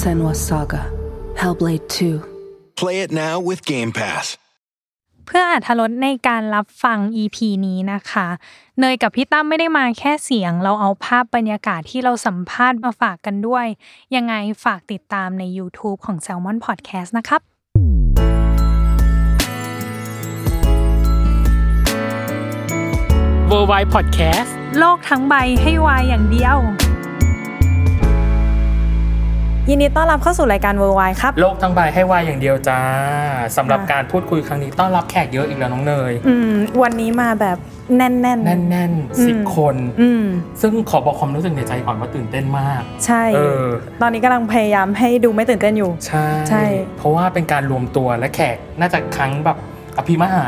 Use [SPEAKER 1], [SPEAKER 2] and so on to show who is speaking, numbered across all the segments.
[SPEAKER 1] Senwa Saga. Hellblade 2.
[SPEAKER 2] Play it now with Game Pass.
[SPEAKER 3] เพื่ออาธรสในการรับฟัง EP นี้นะคะ เนยกับพี่ตั้มไม่ได้มาแค่เสียง เราเอาภาพบรรยากาศที่เราสัมภาษณ์มาฝากกันด้วย ยังไงฝากติดตามใน YouTube ของ Salmon Podcast นะครับ
[SPEAKER 4] w o r l d w i d e Podcast
[SPEAKER 3] โลกทั้งใบให้วายอย่างเดียว ยินดีต้อนรับเข้าสู่รายการเวอร์ไวครับ
[SPEAKER 4] โลกทั้งใบให้วายอย่างเดียวจ้าสำหรับการพูดคุยครั้งนี้ต้อนรับแขกเยอะอีกแล้วน้องเนย
[SPEAKER 3] อืม วันนี้มาแบบแน่นๆ
[SPEAKER 4] แน่น
[SPEAKER 3] อืม
[SPEAKER 4] ๆสิบคน
[SPEAKER 3] อืม
[SPEAKER 4] ซึ่งขอบอกความรู้สึกในใจก่อนว่าตื่นเต้นมาก
[SPEAKER 3] ใช่
[SPEAKER 4] เออ
[SPEAKER 3] ตอนนี้กำลังพยายามให้ดูไม่ตื่นเต้นอยู่
[SPEAKER 4] ใช่
[SPEAKER 3] ใช่
[SPEAKER 4] เพราะว่าเป็นการรวมตัวและแขกน่าจะครั้งแบบอภิมหา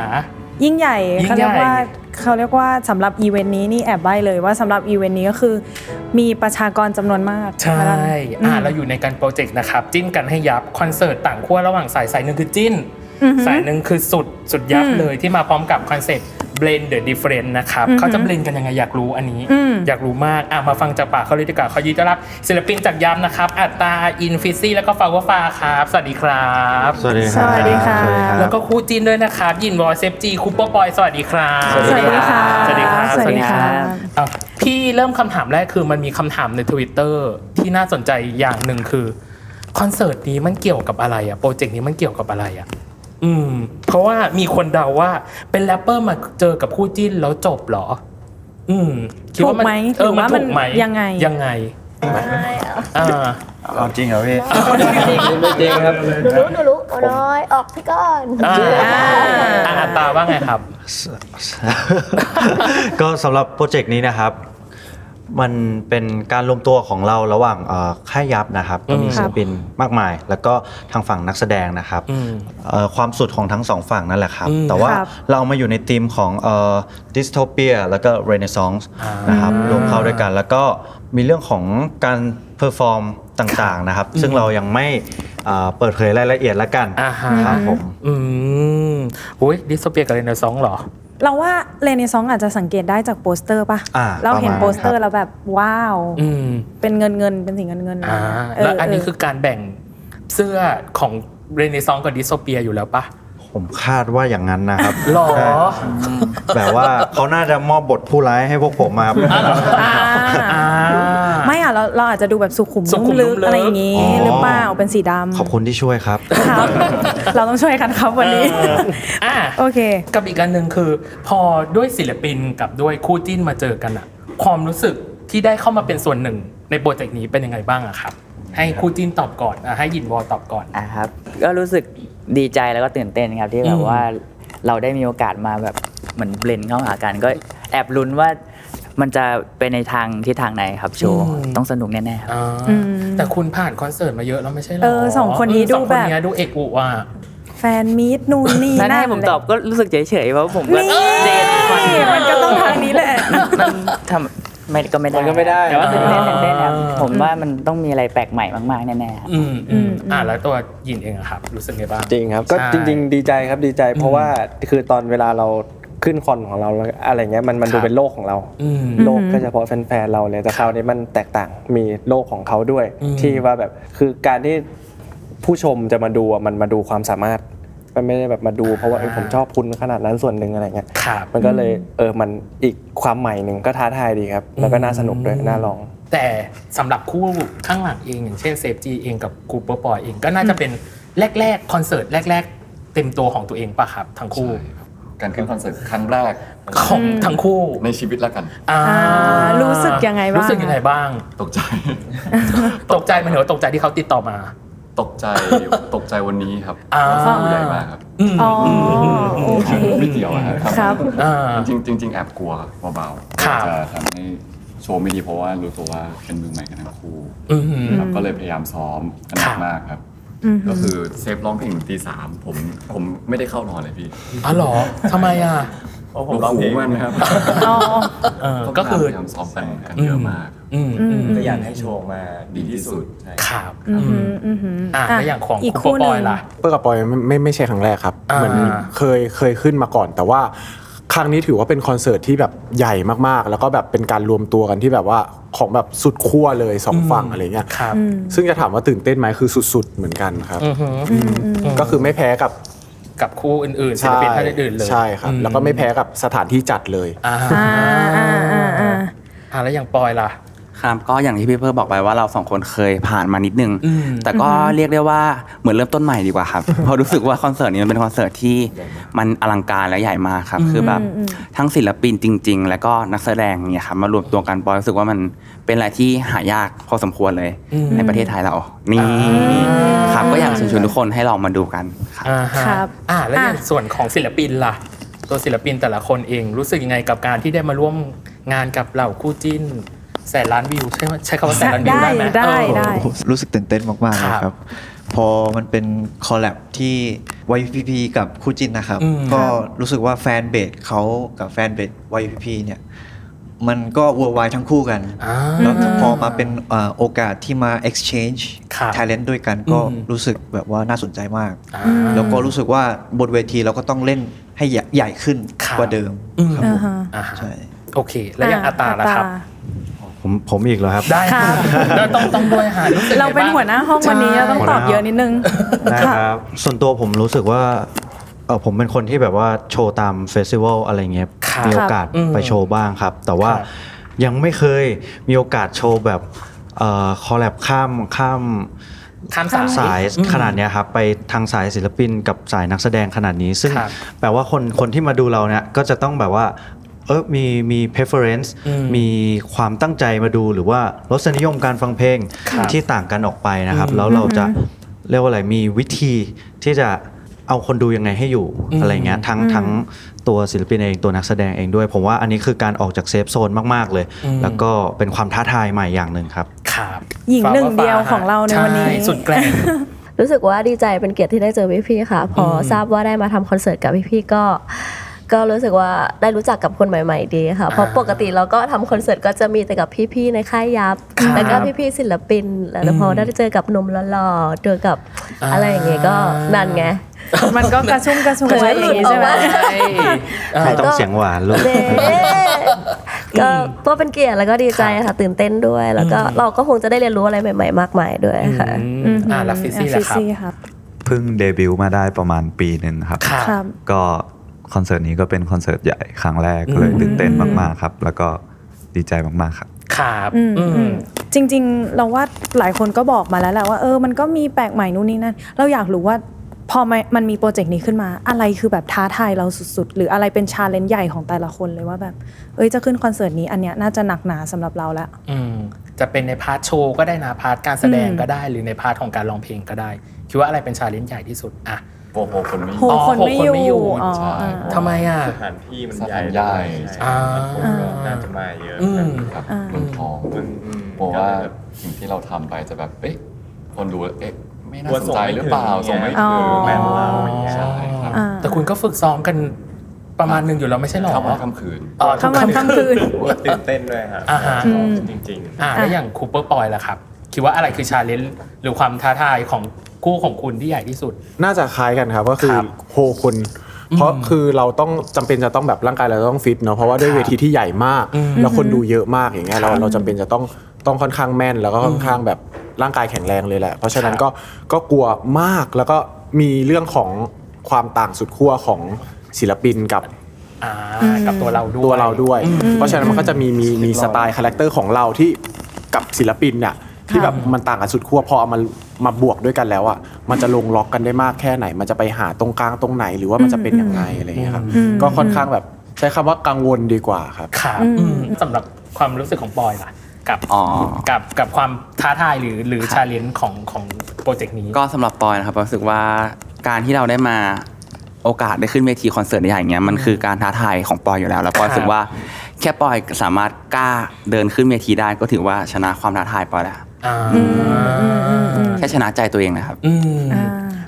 [SPEAKER 3] ยิ่งใหญ่
[SPEAKER 4] ยิ่
[SPEAKER 3] เขา
[SPEAKER 4] งใหญ่
[SPEAKER 3] เรียกว่าเขาเรียกว่าสำหรับอีเวนต์นี้นี่แอบใบ้เลยว่าสำหรับอีเวนต์นี้ก็คือ มีประชากรจำนวนมากอ
[SPEAKER 4] ใช่
[SPEAKER 3] ื
[SPEAKER 4] อ่าม เราอยู่ในการโปรเจกต์นะครับ จิ้นกันให้ยับ คอนเสิร์ตต่างขั้วระหว่างสายสายหนึ่งคือจิ้น
[SPEAKER 3] อือหือ
[SPEAKER 4] สายหนึ่งคือสุดสุดยับ
[SPEAKER 3] อืม
[SPEAKER 4] เลยที่มาพร้อมกับคอนเซ็ปต์ blend the different นะครับ
[SPEAKER 3] อือหือ
[SPEAKER 4] เขาจะ blend กันยังไงอยากรู้อันนี้
[SPEAKER 3] อืม
[SPEAKER 4] อยากรู้มาก อ่ะ มาฟังจากปากเขาเลยดีกว่าเขายินดีต้อนรับศิลปินจากยับนะครับ อัตตา อินฟิซี่ แล้วก็ฟาวฟาครับ สวัสดีครับ
[SPEAKER 5] สวัสดีค
[SPEAKER 3] ส
[SPEAKER 5] รับ
[SPEAKER 3] วัสดีค่ะ
[SPEAKER 4] แล้วก็คู่จิ้นด้วยนะครับ ยินวอลเซฟจีคูเปอร์บอย สวัสดีครับ
[SPEAKER 3] สวัสดีค่ะ
[SPEAKER 4] สวัสดีครับ
[SPEAKER 3] สวัสดีค่ะ
[SPEAKER 4] อ่ะพี่เริ่มคำถามแรกคือมันมีคำถามใน Twitter ที่น่าสนใจอย่างหนึ่งคือคอนเสิร์ตนี้มันเกี่ยวกับอะไรอะโปรเจกต์นี้มันเกี่ยวกับอะไรอะอืม เพราะว่ามีคนเดาว่าเป็นแรปเปอร์มาเจอกับคู่จิ้นแล้วจบเหรอ อืมคิดว่า
[SPEAKER 3] ถูกไหม
[SPEAKER 4] เออมัน
[SPEAKER 3] หรือว่ามัน
[SPEAKER 4] ถูกไหม
[SPEAKER 3] ยังไง
[SPEAKER 4] ยังไงอ่า
[SPEAKER 5] เอาจริงเหรอพี่
[SPEAKER 6] ไม่จริงครับรู้หนูรู้เอาน้อยออกพี่ก้อน
[SPEAKER 4] อ่าอ่าอัตตาว่าไงครับ
[SPEAKER 5] ก็สำหรับโปรเจกต์นี้นะครับ มันเป็นการรวมตัวของเราระหว่างเอ่อค่ายยับนะครับก็มี
[SPEAKER 4] อืม
[SPEAKER 5] ศิลปินมากมาย แล้วก็ทางฝั่งนักแสดงนะครับ
[SPEAKER 4] อืม
[SPEAKER 5] เอ่อความสุดของทั้งสองฝั่งนั่นแหละครับ
[SPEAKER 4] อืม
[SPEAKER 5] แต่ว่า
[SPEAKER 3] ครับ
[SPEAKER 5] เรามาอยู่ในธีมของดิสโทเปียแล้วก็เรเนซองส์
[SPEAKER 4] อ่าน
[SPEAKER 5] นะครับรวมเข้าด้วยกัน แล้วก็มีเรื่องของการเพอร์ฟอร์มต่างๆนะครับ ซึ่งเรายังไม่เอ่อเปิดเผยรายละเอียดละกัน
[SPEAKER 4] อ่าฮะ
[SPEAKER 5] ครับผม
[SPEAKER 4] อืมอุ้ยดิสโซเปียกับเรนเดอร์ซองเหรอ
[SPEAKER 3] เราว่าเรเนซองส์อาจจะสังเกตได้จากโปสเตอร์ป่ะ
[SPEAKER 5] อ่า
[SPEAKER 3] เราเห็น
[SPEAKER 5] ประมาณ
[SPEAKER 3] โปสเตอร์แล้วแบบว้าว
[SPEAKER 4] อืม
[SPEAKER 3] เป็นเงินเงินเป็นสีเงินเงิน
[SPEAKER 4] อ่า
[SPEAKER 3] เ
[SPEAKER 4] แล้วอันนี้คือการแบ่งเสื้อของเรเนซองกับดิสโซเปียอยู่แล้วปะ
[SPEAKER 5] ผมคาดว่าอย่างนั้นนะครับ
[SPEAKER 4] หรอ
[SPEAKER 5] ใช่แบบว่าเขาน่าจะมอบบทผู้ร้ายให้พวกผมมาครับ
[SPEAKER 3] อ่า
[SPEAKER 4] อ่า
[SPEAKER 3] ไม่อ่ะเราเราอาจจะดูแบบสุขุม
[SPEAKER 4] สุขุม
[SPEAKER 3] ลึก
[SPEAKER 4] นุ่ม
[SPEAKER 3] ๆ
[SPEAKER 4] ลึก
[SPEAKER 3] อะไรอย่างงี้
[SPEAKER 5] อ๋อ
[SPEAKER 3] หรือเปล่าเป็นสีดำ
[SPEAKER 5] ขอบคุณที่ช่วยครับ
[SPEAKER 3] ครับเราต้องช่วยกันครับวันนี้
[SPEAKER 4] เอออ่ะ
[SPEAKER 3] โอเค
[SPEAKER 4] กับอีกอันหนึ่งคือ พอด้วยศิลปินกับด้วยคู่จิ้นมาเจอกันอะความรู้สึกที่ได้เข้ามาเป็นส่วนหนึ่งในโปรเจกต์นี้เป็นยังไงบ้างอะครับ ให้คู่จิ้นตอบก่อนอ่ะให้ยินวอตอบก่อน
[SPEAKER 7] อ่ะครับก็รู้สึกดีใจแล้วก็ตื่นเต้นครับที่แบ
[SPEAKER 4] อื
[SPEAKER 7] บ
[SPEAKER 4] ม
[SPEAKER 7] ว่าเราได้มีโอกาสมาแบบเหมือนเบลนเข้าหากันก็แอบลุ้นว่ามันจะไปในทางทิศทางไหนครับโชว์ต้องสนุกแน่ๆครับ
[SPEAKER 4] อ่าแต่คุณผ่านคอนเสิร์ตมาเยอะแล้วไม่ใช่หรอ
[SPEAKER 3] เออสองคนนี้
[SPEAKER 4] เออสอง
[SPEAKER 3] ดูแบบ
[SPEAKER 4] คนเนี้ยดูเอกอุอ่ะ
[SPEAKER 3] แฟนมีดนู่นนี่
[SPEAKER 7] ถ้า
[SPEAKER 3] นั่น
[SPEAKER 7] ให้ผมตอบก็รู้สึกเฉยๆเพราะผมก็
[SPEAKER 3] นี่
[SPEAKER 7] เจนคอน
[SPEAKER 3] มันก็ต้องทางนี้แหละ
[SPEAKER 7] มันทำไม่ก็ไม่ได้
[SPEAKER 5] มันก็ไม่ได้
[SPEAKER 7] แต่ว่าตื่นเต้น
[SPEAKER 4] อ่า
[SPEAKER 7] ตื่นเต้นครับผมว่ามันต้องมีอะไรแปลกใหม่มากๆแน่ๆครับ
[SPEAKER 4] อืม
[SPEAKER 3] อื
[SPEAKER 4] อืม
[SPEAKER 3] ม
[SPEAKER 4] อ่ะแล้วตัวยินเองอะครับ รู้สึกไงบ้าง
[SPEAKER 8] จริงครับก็
[SPEAKER 4] ใช่
[SPEAKER 8] จริง ๆ ดีใจครับดีใจ เพ
[SPEAKER 4] อื
[SPEAKER 8] ราะ
[SPEAKER 4] ม
[SPEAKER 8] ว่าคือตอนเวลาเราขึ้นคอนของเราแล้วอะไรเงี้ยมันมัน
[SPEAKER 4] ครับ
[SPEAKER 8] ดูเป็นโลกของเรา
[SPEAKER 4] อืม
[SPEAKER 8] โลกก็เฉพาะแฟนๆเราเลยแต่คราวนี้มันแตกต่างมีโลกของเขาด้วย
[SPEAKER 4] อืม
[SPEAKER 8] ที่ว่าแบบคือการที่ผู้ชมจะมาดูอะมันมาดูความสามารถ มันไม่ได้แบบมาดูเพราะว่าเอ้ยผมชอบคุณขนาดนั้นส่วนหนึ่งอะไรเงี้ย
[SPEAKER 4] ครับ
[SPEAKER 8] มันก็เลยเออมันอีกความใหม่หนึ่งก็ท้าทายดีครับ แล้วก็น่าสนุกด้วยน่าลอง
[SPEAKER 4] แต่สำหรับคู่ข้างหลังเองอย่างเช่นเซฟจีเองกับกูเปอร์ปอยเองก็น่าจะเป็นแรก ๆ คอนเสิร์ตแรก ๆ เต็มตัวของตัวเองป่ะครับ ทั้งคู่
[SPEAKER 9] การขึ้นคอนเสิร์ตครั้งแรก
[SPEAKER 4] ของทั้งคู่
[SPEAKER 9] ในชีวิตแล้วกัน
[SPEAKER 4] อ่า
[SPEAKER 3] รู้สึกยังไงบ้าง
[SPEAKER 4] รู้สึกยังไงบ้าง
[SPEAKER 9] ตกใจ
[SPEAKER 4] ตกใจไหมันเหรอตกใจที่เขาติดต่อมา
[SPEAKER 9] ตกใจตกใจวันนี้ครับ
[SPEAKER 4] อ่า
[SPEAKER 9] รู้สึกผู้ใหญ่มากครับ
[SPEAKER 4] อืม
[SPEAKER 3] อ๋อโอเค
[SPEAKER 9] ไม่เกี่ยวอะครับ
[SPEAKER 3] ครับ
[SPEAKER 4] อ่า
[SPEAKER 9] จริงๆจริงๆแอบกลัวเบา
[SPEAKER 4] ครับ
[SPEAKER 9] ๆจะทำให้ โชว์ไม่ดีเพราะว่ารู้ตัวว่าเป็นมือใหม่กันทั้งคู่
[SPEAKER 4] อือหือ
[SPEAKER 9] ครับก็เลยพยายามซ้อมกันหนักมากครับ
[SPEAKER 4] อือหือ
[SPEAKER 9] ก็คือเซฟร้องเพลงถึงตีสามผมผมไม่ได้เข้านอนเลยพี่
[SPEAKER 4] อ๋อเหรอทำไมอ่ะ
[SPEAKER 9] ผมร้องเพลงมันนะครับ
[SPEAKER 4] ก็คือ
[SPEAKER 9] พยายามซ้อมกันกันเยอะมาก
[SPEAKER 4] อืมอืม
[SPEAKER 10] ก็อยากให้โชว์ออกมา
[SPEAKER 9] ดีที่สุด
[SPEAKER 4] ครับ
[SPEAKER 10] อืม
[SPEAKER 3] อือหือ
[SPEAKER 4] อ่ะ
[SPEAKER 3] อ่ะ
[SPEAKER 4] แล้วอย่างของ
[SPEAKER 3] อีก
[SPEAKER 4] คุ
[SPEAKER 3] คู่
[SPEAKER 4] ณ
[SPEAKER 3] ห
[SPEAKER 4] ปอ
[SPEAKER 3] นึ่
[SPEAKER 4] ปอย
[SPEAKER 3] ง
[SPEAKER 4] ล่ะ
[SPEAKER 11] เปิ้ลกับปอยไม่ไม่ไม่ใช่ครั้งแรกครับ
[SPEAKER 4] อ่า
[SPEAKER 11] เหมือนเคยเคยขึ้นมาก่อน แต่ว่าครั้งนี้ถือว่าเป็นคอนเสิร์ตที่แบบใหญ่มากๆ แล้วก็แบบเป็นการรวมตัวกันที่แบบว่าของแบบสุดขั้วเลยสองฝั่งอะไรเงี้ย
[SPEAKER 4] ครับ
[SPEAKER 11] ซึ่งจะถามว่าตื่นเต้นไหมคือสุด ๆ เหมือนกันครับ
[SPEAKER 4] อือฮึ
[SPEAKER 11] อืมก็คือไม่แพ้กับ
[SPEAKER 4] กับคู่อื่นๆศิลปินท่านอื่นๆเลย
[SPEAKER 11] ใช่ครับ
[SPEAKER 4] อื
[SPEAKER 11] แล้วก็ไม่แพ้กับสถานที่จัดเลย
[SPEAKER 4] อ่าอ่าแล้วอย่างปอยล่ะ
[SPEAKER 12] ครับก็อย่างที่พี่เพิ่มบอกไปว่าเราสองคนเคยผ่านมานิดนึง
[SPEAKER 4] อืม
[SPEAKER 12] แต่ก็
[SPEAKER 4] อือฮึ
[SPEAKER 12] เรียกได้ว่าเหมือนเริ่มต้นใหม่ดีกว่าครับ เพราะรู้สึกว่าคอนเสิร์ตนี้มันเป็นคอนเสิร์ตที่มันอลังการและใหญ่มากครับ
[SPEAKER 4] อืม
[SPEAKER 12] คือแบบ
[SPEAKER 4] อืม
[SPEAKER 12] ทั้งศิลปินจริง ๆ แล้วก็นักแสดงเนี่ยครับมารวมตัวกันปอยรู้สึกว่ามันเป็นอะไรที่หายากพอสมควรเลย
[SPEAKER 4] อืม
[SPEAKER 12] ในประเทศไทยเรานี่ครับก็อยากเชิญชวนทุกคนให้ลองมาดูกันครับ
[SPEAKER 4] อ่าฮะ
[SPEAKER 12] ครับ
[SPEAKER 4] อ่าแล้วอย่าง
[SPEAKER 12] อ่ะ
[SPEAKER 4] ส่วนของศิลปินล่ะ ตัวศิลปินแต่ละคนเองรู้สึกยังไงกับการที่ได้มาร่วมงานกับเหล่าคู่จิ้น แสนล้านวิวใช่ไหมใช้คำว่าแสนล้านวิวได้ไหมเออ
[SPEAKER 13] โอ้โหรู้สึกตื่นเต้นมากๆเลยครับ พอมันเป็นคอลแลบที่ YPP กับคู่จินนะครับ
[SPEAKER 4] อืม
[SPEAKER 13] ก็
[SPEAKER 4] ครับ
[SPEAKER 13] รู้สึกว่าแฟนเบสเขากับแฟนเบส YPP เนี่ย มันก็ worldwide ทั้งคู่กัน แล้วพอมาเป็นเอ่อโอกาสที่มา exchange talent ด้วยกันก็รู้สึกแบบว่าน่าสนใจมาก แล้วก็รู้สึกว่าบนเวทีเราก็ต้องเล่นให้ใหญ่ใหญ่ขึ้นกว่าเดิมครับผมใช่
[SPEAKER 4] โอเค แล้วอย่างอาตาล่ะครับ
[SPEAKER 5] ผมผมอีกเหรอครับ
[SPEAKER 4] ได้ครับแล้วต้องต้องด้วยหารู้สึก
[SPEAKER 3] เราเป็นหัวหน้าห้องวันนี้เราต้องตอบเยอะนิดนึง
[SPEAKER 5] ได้ครับ ส่วนตัวผมรู้สึกว่าเออผมเป็นคนที่แบบว่าโชว์ตามเฟสติวัลอะไรเงี้ย
[SPEAKER 4] ครับ
[SPEAKER 5] มีโอกาส
[SPEAKER 4] อืม
[SPEAKER 5] ไปโชว์บ้างครับ แต่ว่ายังไม่เคยมีโอกาสโชว์แบบเอ่อคอลแลบข้ามข้าม
[SPEAKER 4] ข้ามสายอืม
[SPEAKER 5] ขนาดเนี้ยครับไปทางสายศิลปินกับสายนักแสดงขนาดนี้ ซึ่ง
[SPEAKER 4] ครับ
[SPEAKER 5] แปลว่าคนคนที่มาดูเราเนี่ยก็จะต้องแบบว่าเออมีมี preference
[SPEAKER 4] อืม
[SPEAKER 5] มีความตั้งใจมาดูหรือว่ารสนิยมการฟังเพลง
[SPEAKER 4] ครับ
[SPEAKER 5] ที่ต่างกันออกไปนะครับ
[SPEAKER 4] อืม
[SPEAKER 5] แล้วเราจะ
[SPEAKER 4] อือฮึ
[SPEAKER 5] เรียกว่าอะไรมีวิธีที่จะเอาคนดูยังไงให้อยู่
[SPEAKER 4] อืม
[SPEAKER 5] อะไรเงี้ยทั้ง
[SPEAKER 4] อืม
[SPEAKER 5] ทั้งตัวศิลปินเองตัวนักแสดงเองด้วย ผมว่าอันนี้คือการออกจากเซฟโซนมาก ๆ เลย
[SPEAKER 4] อืม
[SPEAKER 5] แล้วก็เป็นความท้าทายใหม่อย่างหนึ่งครับ
[SPEAKER 4] ครับ
[SPEAKER 3] หญิงหนึ่งเดียวของเราในวันนี้
[SPEAKER 4] ช่สุดแก ร่ง
[SPEAKER 6] รู้สึกว่าดีใจเป็นเกียรติที่ได้เจอพี่ๆค่ะ พออ
[SPEAKER 4] ม
[SPEAKER 6] ทราบว่าได้มาทำคอนเสิร์ตกับพี่ๆก็ ก็รู้สึกว่าได้รู้จักกับคนใหม่ ๆ ดีค่ะเพราะ
[SPEAKER 4] อ่า
[SPEAKER 6] ปกติเราก็ทำคอนเสิร์ตก็จะมีแต่กับพี่ๆในค่ายยับ
[SPEAKER 4] ครับ
[SPEAKER 6] แล้วก็พี่ๆศิลปิน แล้วพอได้เจอกับหนมหล่อๆเจอกับ
[SPEAKER 4] อ่า
[SPEAKER 6] อะไรอย่างเงี้ยก็นั่นไง
[SPEAKER 3] มันก็กระชุ่มกระชวยอย่างนี้ใช่ไหม
[SPEAKER 6] แต่ก็
[SPEAKER 5] ต้องเสียงหวานลูก
[SPEAKER 6] เด้ก็ก็เป็นเกียรติแล้วก็ดีใจค่ะ ตื่นเต้นด้วย แล้วก็เราก็คงจะได้เรียนรู้อะไรใหม่ ๆ มากมายด้วยค่ะ
[SPEAKER 4] อ่าลักซิซี่แหละครับ
[SPEAKER 14] เพิ่งเดบิวต์มาได้ประมาณปีหนึ่งครับ
[SPEAKER 4] ครับครับ
[SPEAKER 14] ก็คอนเสิร์ตนี้ก็เป็นคอนเสิร์ตใหญ่ครั้งแรก
[SPEAKER 4] อืม
[SPEAKER 14] เลยตื่นเต้นมากๆครับ แล้วก็ดีใจมากๆครับ
[SPEAKER 4] ครับ
[SPEAKER 3] อืม
[SPEAKER 4] อื
[SPEAKER 3] อื
[SPEAKER 4] ม
[SPEAKER 3] มจริง ๆ เราว่าหลายคนก็บอกมาแล้วแหละว่าเออมันก็มีแปลกใหม่นู่นนี่นั่นเราอยากรู้ว่าพอมันมันมีโปรเจกต์นี้ขึ้นมา อะไรคือแบบท้าทายเราสุดๆ หรืออะไรเป็นชาเลนจ์ใหญ่ของแต่ละคนเลยว่าแบบเอ้ยจะขึ้นคอนเสิร์ตนี้อันเนี้ยน่าจะหนักหนาสำหรับเราละ
[SPEAKER 4] อืมจะเป็นในพาร์ทโชว์ก็ได้นะพาร์ทการแสดงก็ได้หรือในพาร์ทของการร้องเพลงก็ได้ คิดว่าอะไรเป็นชาเลนจ์ใหญ่ที่สุดอ่ะ
[SPEAKER 9] โหโหคนไม่
[SPEAKER 3] โหคนไม่อยู่อ๋อ
[SPEAKER 9] ใช่
[SPEAKER 4] ทำไมอ่ะ
[SPEAKER 10] สถานที่มัน
[SPEAKER 9] ส
[SPEAKER 10] ใหญ่
[SPEAKER 9] ถานใหญ่
[SPEAKER 10] ใช่
[SPEAKER 9] ใช่
[SPEAKER 10] คนก็น่าจะมาเยอะ
[SPEAKER 9] อื
[SPEAKER 10] กัน
[SPEAKER 9] ม
[SPEAKER 10] ค
[SPEAKER 9] ค
[SPEAKER 10] รั
[SPEAKER 9] รับ บเมืองทองบอกว่าสิ่งที่เราทำไปจะแบบเอ๊ะคนดูเอ๊ะไม่น่าสนใจหรือเปล่าส่งไม่ถึง
[SPEAKER 4] แม่นเรา
[SPEAKER 9] ใช่ครับ
[SPEAKER 4] แต่คุณก็ฝึกซ้อมกันประมาณหนึ่งอยู่แล้วไม่ใช่หรอ
[SPEAKER 9] เข้ามาค่ำคืน
[SPEAKER 4] อ๋อ
[SPEAKER 9] เข้ามาค่ำคืน
[SPEAKER 10] ตื่นเต้นด้วยฮะ
[SPEAKER 4] อ่าฮะ
[SPEAKER 10] จริงๆ
[SPEAKER 4] อ่าแล้วอย่างคูเปอร์ปอยล่ะครับ คิดว่าอะไรคือชาเลนจ์หรือความท้าทายของคู่ของคุณที่ใหญ่ที่สุด
[SPEAKER 11] น่าจะคล้ายกันครับก็คือโฮคุณ
[SPEAKER 4] อืม
[SPEAKER 11] เพราะคือเราต้องจำเป็นจะต้องแบบร่างกายเราต้องฟิตเนาะเพราะว่าด้วยเวทีที่ใหญ่มาก
[SPEAKER 4] อืม
[SPEAKER 11] แล้วคนดูเยอะมากอย่างเงี้ยเราเราจำเป็นจะต้องต้องค่อนข้างแม่น แล้วก็ค่อนข้างแบบร่างกายแข็งแรงเลยแหละ เพราะฉะนั้นก็ก็กลัวมากแล้วก็มีเรื่องของความต่างสุดขั้วของศิลปินกับ
[SPEAKER 4] อ่ากับตัวเราด้วย
[SPEAKER 11] ตัวเราด้วย
[SPEAKER 4] อืม
[SPEAKER 11] เพราะฉะนั้นมันก็จะมีมีมีสไตล์คาแรคเตอร์ของเราที่กับศิลปินเนี่ยที่แบบมันต่างกันสุดขั้วพอเอามันมาบวกด้วยกันแล้วอ่ะมันจะลงล็อกกันได้มากแค่ไหน มันจะไปหาตรงกลางตรงไหนหรือว่ามันจะเป็นยังไงอะไรอย่างเงี้ยครับ
[SPEAKER 4] อืม
[SPEAKER 11] ก็ค่อนข้างแบบใช้คำว่ากังวลดีกว่าครับ
[SPEAKER 4] ครับอืมสำหรับความรู้สึกของปอยล่ะกับกับกับความท้าทายหรือหรือชาเลนจ์ของของโปรเจกต์นี้
[SPEAKER 12] ก็สำหรับปอยนะครับรู้สึกว่าการที่เราได้มาโอกาสได้ขึ้นเวทีคอนเสิร์ตใหญ่ๆอย่างเงี้ยมันคือการท้าทายของปอยอยู่แล้ว แล้วปอยรู้สึกว่า แค่ปอยสามารถกล้าเดินขึ้นเวทีได้ก็ถือว่าชนะความท้าทายปอยแล้ว
[SPEAKER 4] อ่า
[SPEAKER 12] แค่ชนะใจตัวเองนะครับ
[SPEAKER 4] อืม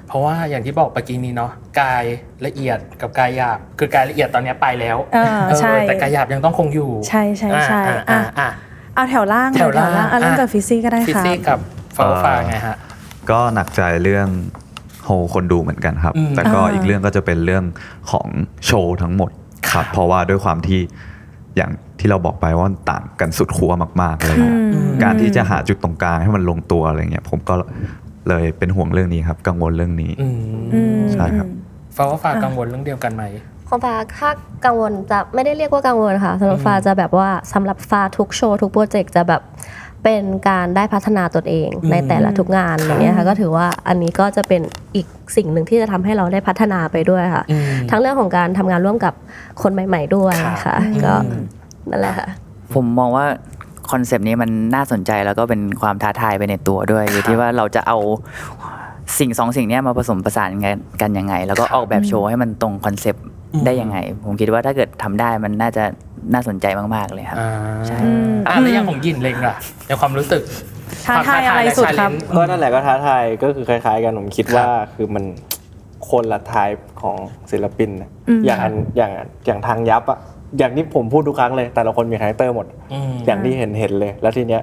[SPEAKER 4] เพราะว่าอย่างที่บอกเมื่อกี้นี้เนาะกายละเอียดกับกายหยาบ คือกายละเอียดตอนเนี้ยไปแล้ว
[SPEAKER 3] เออใช่
[SPEAKER 4] เออแต่กายหยาบยังต้องคงอยู่
[SPEAKER 3] ใช่ใช่ใช่
[SPEAKER 4] อ่า
[SPEAKER 3] อ่ะ
[SPEAKER 4] อ่าอ่า
[SPEAKER 3] เอาแถวล่าง
[SPEAKER 4] แถวล่าง
[SPEAKER 3] เออ่ะเริ่ม
[SPEAKER 4] อ่ะ
[SPEAKER 3] จากฟิซซี่ก็ได้
[SPEAKER 4] ฟิ
[SPEAKER 3] ค่ะ
[SPEAKER 4] สิกส์กับฟาวฟาไงฮะ
[SPEAKER 14] ก็หนักใจเรื่องโฮคนดูเหมือนกันครับ
[SPEAKER 4] อืม
[SPEAKER 14] แต่ก็
[SPEAKER 3] อ่า
[SPEAKER 14] อีกเรื่องก็จะเป็นเรื่องของโชว์ทั้งหมดครับ เพราะว่าด้วยความที่อย่างที่เราบอกไปว่ามันต่างกันสุดขั้วมากๆเลยอะ
[SPEAKER 4] อืม
[SPEAKER 14] การที่จะหาจุดตรงกลางให้มันลงตัวอะไรเงี้ยผมก็เลยเป็นห่วงเรื่องนี้ครับ กังวลเรื่องนี้ใช่ครับ
[SPEAKER 4] ฟาวฟากังวลเรื่องเดียวกันไหม
[SPEAKER 6] ของฟ้าถ้ากังวลจะไม่ได้เรียกว่ากังวลค่ะสำหรับฟ้าจะแบบว่าสำหรับฟ้าทุกโชว์ทุกโปรเจกต์จะแบบเป็นการได้พัฒนาตนเอง
[SPEAKER 15] อืม
[SPEAKER 6] ในแต่ละทุกงานอย่างเงี้ยค่ะก็ถือว่าอันนี้ก็จะเป็นอีกสิ่งหนึ่งที่จะทำให้เราได้พัฒนาไปด้วยค่ะ
[SPEAKER 4] อืม
[SPEAKER 6] ทั้งเรื่องของการทำงานร่วมกับคนใหม่ ๆ ด้วยค่ะ ก็นั่นแหละค่ะ
[SPEAKER 7] ผมมองว่าคอนเซปต์นี้มันน่าสนใจแล้วก็เป็นความท้าทายไปในตัวด้วย อยู่ที่ว่าเราจะเอาสิ่งสองสิ่งเนี้ยมาผสมผสานกันกันยังไง แล้วก็ออกแบบโชว์ให้มันตรงคอนเซปต์ได้ยังไง ผมคิดว่าถ้าเกิดทำได้มันน่าจะน่าสนใจมาก ๆ เลยครับใช่
[SPEAKER 4] อ่าแล้วอย่างของยินเล็งล่ะในความรู้สึก
[SPEAKER 3] ท้าทายอะไรสุดครับ
[SPEAKER 8] ก็นั่นแหละก็ท้าทายก็คือคล้าย ๆ กันผมคิดว่าคือมันคนละทายของศิลปินนะ
[SPEAKER 3] อืม
[SPEAKER 8] อย่างอันอย่างอันอย่างทางยับอะอย่างที่ผมพูดทุกครั้งเลย แต่ละคนมีคาแรคเตอร์หมด
[SPEAKER 4] อืม
[SPEAKER 8] อย่างที่เห็นเห็นเลย แล้วทีเนี้ย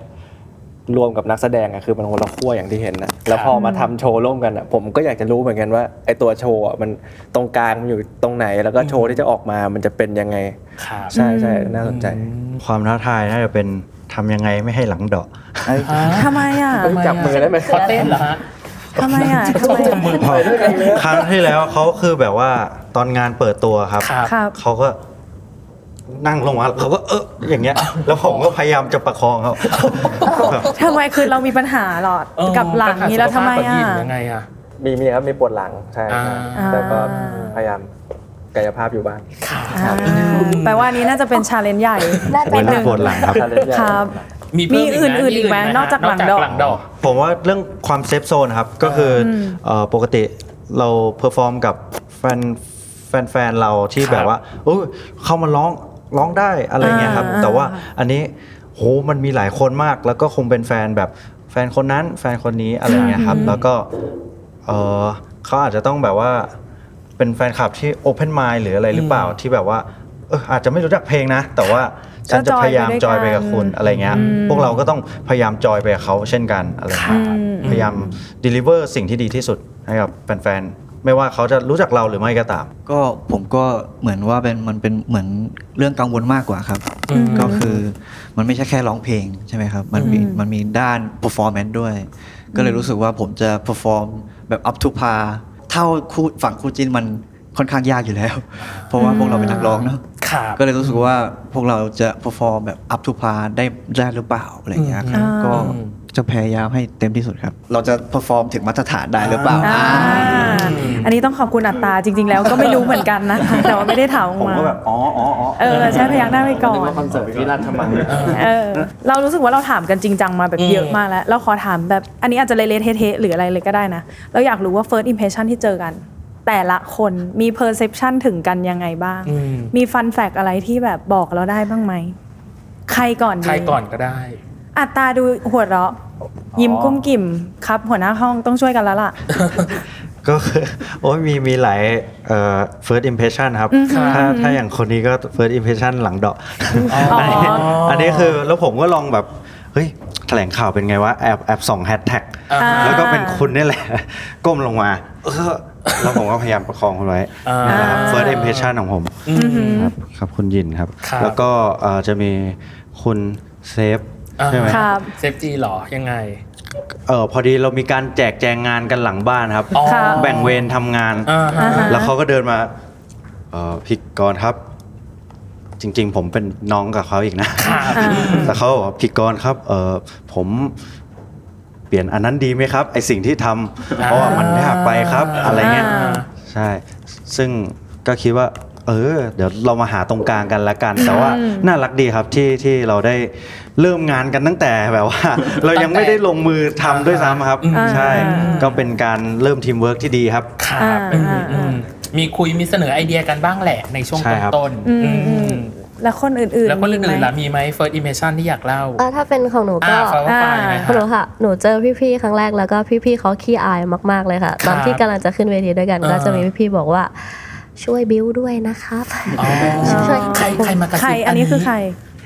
[SPEAKER 8] รวมกับนักแสดงอะคือมันคนละขั้วอย่างที่เห็นนะแล้วพอมาทำโชว์ร่วมกันอะผมก็อยากจะรู้เหมือนกันว่าไอตัวโชว์อะมันตรงกลางมันอยู่ตรงไหนแล้วก็โชว์ที่จะออกมามันจะเป็นยังไง ใช่ใช่น่าสนใจ
[SPEAKER 5] ความท้าทายน่าจะเป็นทำยังไงไม่ให้หลังเดอก
[SPEAKER 3] ทำไมอ่ะ
[SPEAKER 8] เอ้ยจับมือได้ไหม
[SPEAKER 4] เขาเต้นเหรอฮะ
[SPEAKER 3] ทำไมอ่ะทำไมอ่ะ
[SPEAKER 5] ครั้งที่แล้วเขาคือแบบว่าตอนงานเปิดตัวครับ
[SPEAKER 3] ครับ
[SPEAKER 5] เขาก็นั่งลงมาเขาก็เอออย่างเงี้ย แล้วผมก็พยายามจะประคองเขา
[SPEAKER 3] ทำไมคือเรามีปัญหาเหรอกับหลังนี้แล้วทำไมอ่ะ
[SPEAKER 4] อะ
[SPEAKER 8] มีมีครับมีปวดหลังใช่ใช่
[SPEAKER 3] อ่า
[SPEAKER 8] แล้วก็พยายามกายภาพอยู่บ้าน
[SPEAKER 3] แปลว่าอันนี้น่าจะเป็นชาเลนจ์ใหญ่นิดนึงครับ
[SPEAKER 5] มี
[SPEAKER 3] มีอื่นๆอีกไหมนอกจากหลังดอก
[SPEAKER 4] อก
[SPEAKER 5] ผมว่าเรื่องความเซฟโซนครับ ก็คืออ
[SPEAKER 3] ม
[SPEAKER 5] เอ่อปกติเราเพอร์ฟอร์มกับแฟนแฟนๆเราที่แบบว่าเอยเข้ามาร้องร้องได้อะไรเงี้ยครับ
[SPEAKER 14] อ่า
[SPEAKER 5] แต่ว่าอันนี้โหมันมีหลายคนมาก แล้วก็คงเป็นแฟนแบบแฟนคนนั้น แฟนคนนี้อะไรเงี้ยครับ
[SPEAKER 14] อืม
[SPEAKER 5] แล้วก็ เออเขาอาจจะต้องแบบว่าเป็นแฟนคลับที่โอเพนไมล์หรืออะไรหรือเปล่าที่แบบว่าเอออาจจะไม่รู้จักเพลงนะ แต่ว่าฉันจะ
[SPEAKER 3] ก็จอย
[SPEAKER 5] พยายาม
[SPEAKER 3] ไปด้วย
[SPEAKER 5] จอยไปกับ
[SPEAKER 3] กัน
[SPEAKER 5] คุณอะไรเงี้ย
[SPEAKER 3] อืม
[SPEAKER 5] พวกเราก็ต้องพยายามจอยไปกับเขาเช่นกันอะไรเงี้ย
[SPEAKER 3] ค่ะอืม
[SPEAKER 5] พยายาม deliver สิ่งที่ดีที่สุดให้กับแฟนๆไม่ว่าเขาจะรู้จักเราหรือไม่ก็ตาม
[SPEAKER 13] ก็ผมก็เหมือนว่าเป็นมันเป็นเหมือนเรื่องกังวลมากกว่าครับ
[SPEAKER 5] อืม
[SPEAKER 13] ก็คือมันไม่ใช่แค่ร้องเพลงใช่ไหมครับ มันมีมันมีด้าน performance ด้วย ก็เลยรู้สึกว่าผมจะ perform แบบ up to par เท่าคู่ฝั่งคู่จินมันค่อนข้างยากอยู่แล้ว เพราะว่าพวกเราเป็นนักร้องเนาะ
[SPEAKER 4] ครับ
[SPEAKER 13] ก็เลยรู้สึกว่าพวกเราจะ perform แบบ up to par ได้ได้หรือเปล่าอะไรอย่างเงี้ยครับ
[SPEAKER 3] อืม
[SPEAKER 13] ก็จะพยายามให้เต็มที่สุดครับ เราจะ perform ถึงมาตรฐานได้หรือเปล่า
[SPEAKER 3] อ่าอันนี้ต้องขอบคุณอัตตาจริง ๆ แล้วก็ไม่รู้เหมือนกันนะ แต่ว่าไม่ได้ถามออกมา
[SPEAKER 8] อ๋ออ๋ออ๋อ
[SPEAKER 3] เออใช่พยักหน้าไปก่อน
[SPEAKER 8] นึว่าคอนเสิร์ตที่ราชมัง
[SPEAKER 3] เออเรารู้สึกว่าเราถามกันจริงจังมาแบบ
[SPEAKER 8] อืม
[SPEAKER 3] เยอะมากแล้ว เราขอถามแบบอันนี้อาจจะเละๆเทะๆหรืออะไรเลยก็ได้นะ เราอยากรู้ว่า first impression ที่เจอกัน แต่ละคนมี perception ถึงกันยังไงบ้าง
[SPEAKER 4] อืม
[SPEAKER 3] มี fun fact อะไรที่แบบบอกเราได้บ้างไหม ใครก่อนดี
[SPEAKER 4] ใครก่อนก็ได้
[SPEAKER 3] อัตราดูหัวเราะ ยิ้มกุ้มกิ่มครับ หัวหน้าห้องต้องช่วยกันแล้วล่ะ
[SPEAKER 5] ก็คือ โอ้ยมีมีหลายเอ่อ first impression ครับ
[SPEAKER 3] อืมค่ะ
[SPEAKER 5] ถ้าถ้าอย่างคนนี้ก็ first impression หลังเดอก
[SPEAKER 3] อ๋ออั
[SPEAKER 5] นนี้อันนี้คือแล้วผมก็ลองแบบ เฮ้ย แถลงข่าวเป็นไงวะ แอบแอบส่องแฮชแท็กแล้วก็เป็นคุณนี่แหละ ก้มลงมา เออแล้วผมก็พยายามประคองคุณไว้นั่นแหละครับ first impression ของผม ครับครับคุณยินครับ
[SPEAKER 4] ครับ
[SPEAKER 5] แล้วก็เอ่อจะมีคุณเซฟ
[SPEAKER 4] อ่า
[SPEAKER 5] ใช่ไหม
[SPEAKER 4] เซฟจีหรอยังไง
[SPEAKER 5] เออพอดีเรามีการแจกแจงงานกันหลังบ้านครับ
[SPEAKER 4] อ๋อครับ
[SPEAKER 5] แบ่งเวรทำงาน
[SPEAKER 4] อ่าฮะ
[SPEAKER 5] แล้วเขาก็เดินมาเออพิกกรครับ จริงๆ ผมเป็นน้องกับเขาอีกนะ แต่เขาบอกว่าพิกกรครับเออผมเปลี่ยนอันนั้นดีไหมครับ ไอสิ่งที่ทำเพราะว่ามันยากไปครับ อะไรเงี้ยใช่ ซึ่งก็คิดว่า เออ เดี๋ยวเรามาหาตรงกลางกันละกัน แต่ว่า
[SPEAKER 14] อืม
[SPEAKER 5] น่ารักดีครับที่ที่เราได้เริ่มงานกันตั้งแต่แบบว่า เรายังไม่ได้ลงมือทำด้วยซ้ำครับ
[SPEAKER 4] อ่า
[SPEAKER 5] ใช่ ก็เป็นการเริ่มทีมเวิร์กที่ดีครับ
[SPEAKER 4] ครับอืมมีคุยมีเสนอไอเดียกันบ้างแหละในช่วง
[SPEAKER 5] ใช่ครับ
[SPEAKER 4] ต้นๆอืม
[SPEAKER 3] แล้วคนอื่นๆ
[SPEAKER 4] แล้วคน
[SPEAKER 3] มี
[SPEAKER 4] อื่น
[SPEAKER 3] ไหม
[SPEAKER 4] ๆล่ะมีไหม first impression ที่อยากเล่า
[SPEAKER 6] อ่ะถ้าเป็นของหนูก็
[SPEAKER 4] อ่า Flower Fly ไหมฮะ
[SPEAKER 6] ของหนูค่ะ หนูเจอพี่ๆครั้งแรกแล้วก็พี่ๆเขาขี้อายมากๆเลยค่ะ
[SPEAKER 4] ครับ
[SPEAKER 6] ตอนที่กำลังจะขึ้นเวทีด้วยกัน
[SPEAKER 4] อ่า
[SPEAKER 6] ก็จะมีพี่ๆบอกว่าช่วยบิ้วด้วยนะครับช่วย
[SPEAKER 4] ใครใครมากระซิบ
[SPEAKER 3] ใครอันนี้คือใคร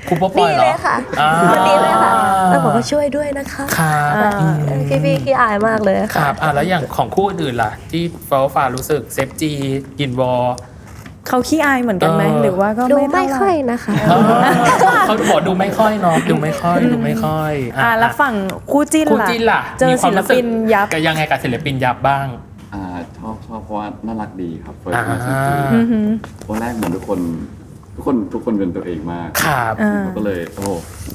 [SPEAKER 4] ครูปอปอยเหรอ
[SPEAKER 6] เลยค่ะ
[SPEAKER 4] อ่า
[SPEAKER 6] คนนี้เลยค่ะแล้วบอกว่าช่วยด้วยนะครับ
[SPEAKER 4] ครับ
[SPEAKER 6] อ่า
[SPEAKER 4] อืม
[SPEAKER 6] พี่ๆขี้อายมากเลย
[SPEAKER 4] ค
[SPEAKER 6] ค่ะ
[SPEAKER 4] รับอ่ะแล้วอย่างของคู่อื่นๆล่ะ ที่ฟาฟารู้สึกเซฟจีกินวอ
[SPEAKER 3] เขาขี้อายเหมือนกันไหม
[SPEAKER 4] เออ
[SPEAKER 3] หรือว่าก็
[SPEAKER 6] ดู
[SPEAKER 3] ไม่
[SPEAKER 6] ไม่
[SPEAKER 3] เท่าไหร่
[SPEAKER 6] ค่อยนะคะ
[SPEAKER 4] เขาบอกดูไม่ค่อยเนาะดูไม่ค่อยดูไม่ค่อยอ่ะ
[SPEAKER 3] อ่ะแล้วฝั่งคู่จิ้น
[SPEAKER 4] คู่
[SPEAKER 3] ล่ะ
[SPEAKER 4] จิ้นล่ะ
[SPEAKER 3] เจอ
[SPEAKER 4] มีควา
[SPEAKER 3] ศิ
[SPEAKER 4] ม
[SPEAKER 3] ล
[SPEAKER 4] รู้สึก
[SPEAKER 3] ปินยับ
[SPEAKER 4] กับยังไงกับศิลปินยับบ้าง
[SPEAKER 9] อ่าชอบชอบเพราะว่าน่ารักดีครับเฟิร์ส
[SPEAKER 4] อ่า
[SPEAKER 9] เมสเซจวันแรกเหมือนทุกคน ทุกคนทุกคนเป็นตัวเองมาก
[SPEAKER 4] ครับ
[SPEAKER 9] ผม
[SPEAKER 4] อ่า
[SPEAKER 9] ก็เลยโอ้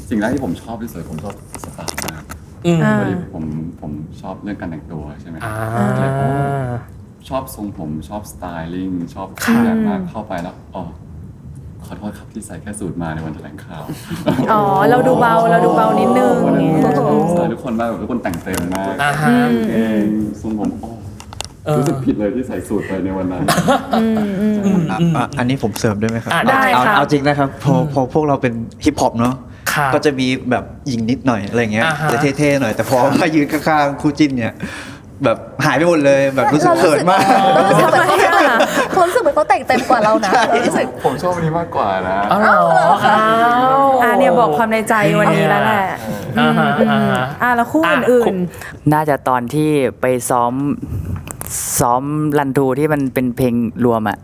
[SPEAKER 9] สิ่งแรกที่ผมชอบที่สุดผมชอบสไตล์มาก
[SPEAKER 4] อืม
[SPEAKER 9] พอดีผมผมชอบเรื่องการแต่งตัวใช่ไหม
[SPEAKER 4] อ่า
[SPEAKER 9] แล้วก็ชอบทรงผมชอบสไตลิ่งชอบ
[SPEAKER 4] ครับ
[SPEAKER 9] อยากมากเข้าไปแล้วอ๋อขอโทษครับที่ใส่แค่สูตรมาในวันแถลงข่าว
[SPEAKER 3] อ๋อ เราดูเบาเราดูเบานิดนึงเนี่ย
[SPEAKER 9] สไตล์ทุกคนมากแบบทุกคนแต่งเต็มมาก
[SPEAKER 4] อ่าฮะ
[SPEAKER 9] กางเกงทรงผมโอ้รู้สึกผิดเลยที่ใส่สูทไปในวันนั้น
[SPEAKER 13] อ่ะอ่ะอันนี้ผมเสริมได้ไหมครับ
[SPEAKER 9] อ่ะได้
[SPEAKER 13] เอา
[SPEAKER 9] ครับ
[SPEAKER 13] เอาจริงนะครับพอพอพวกเราเป็นฮิปฮอปเนาะก็จะมีแบบหญิงนิดหน่อยอะไรเงี้ย
[SPEAKER 9] อ่าฮะ
[SPEAKER 13] จะเท่ๆหน่อยแต่พอมายืนข้างๆคู่จิ้นเนี่ย แบบหายไปหมดเลยแบบรู้สึก
[SPEAKER 6] เรารู้สึก
[SPEAKER 13] เขินมาก
[SPEAKER 6] ผมรู้สึกเหมือนเขาแต่งเต็มกว่าเรานะเรารู้สึก
[SPEAKER 9] ผมชอบอันนี้มากกว่านะ
[SPEAKER 4] อ๋อเหรออ้าว
[SPEAKER 3] อ่ะเนี่ยบอกความในใจวันนี้แล้วแหละ
[SPEAKER 4] อ่าฮะอ่าฮะ
[SPEAKER 3] อ่ะแล้วคู่อื่น
[SPEAKER 7] น่าจะตอนที่ไปซ้อมซ้อมรันทูที่มันเป็นเพลงรวมอะ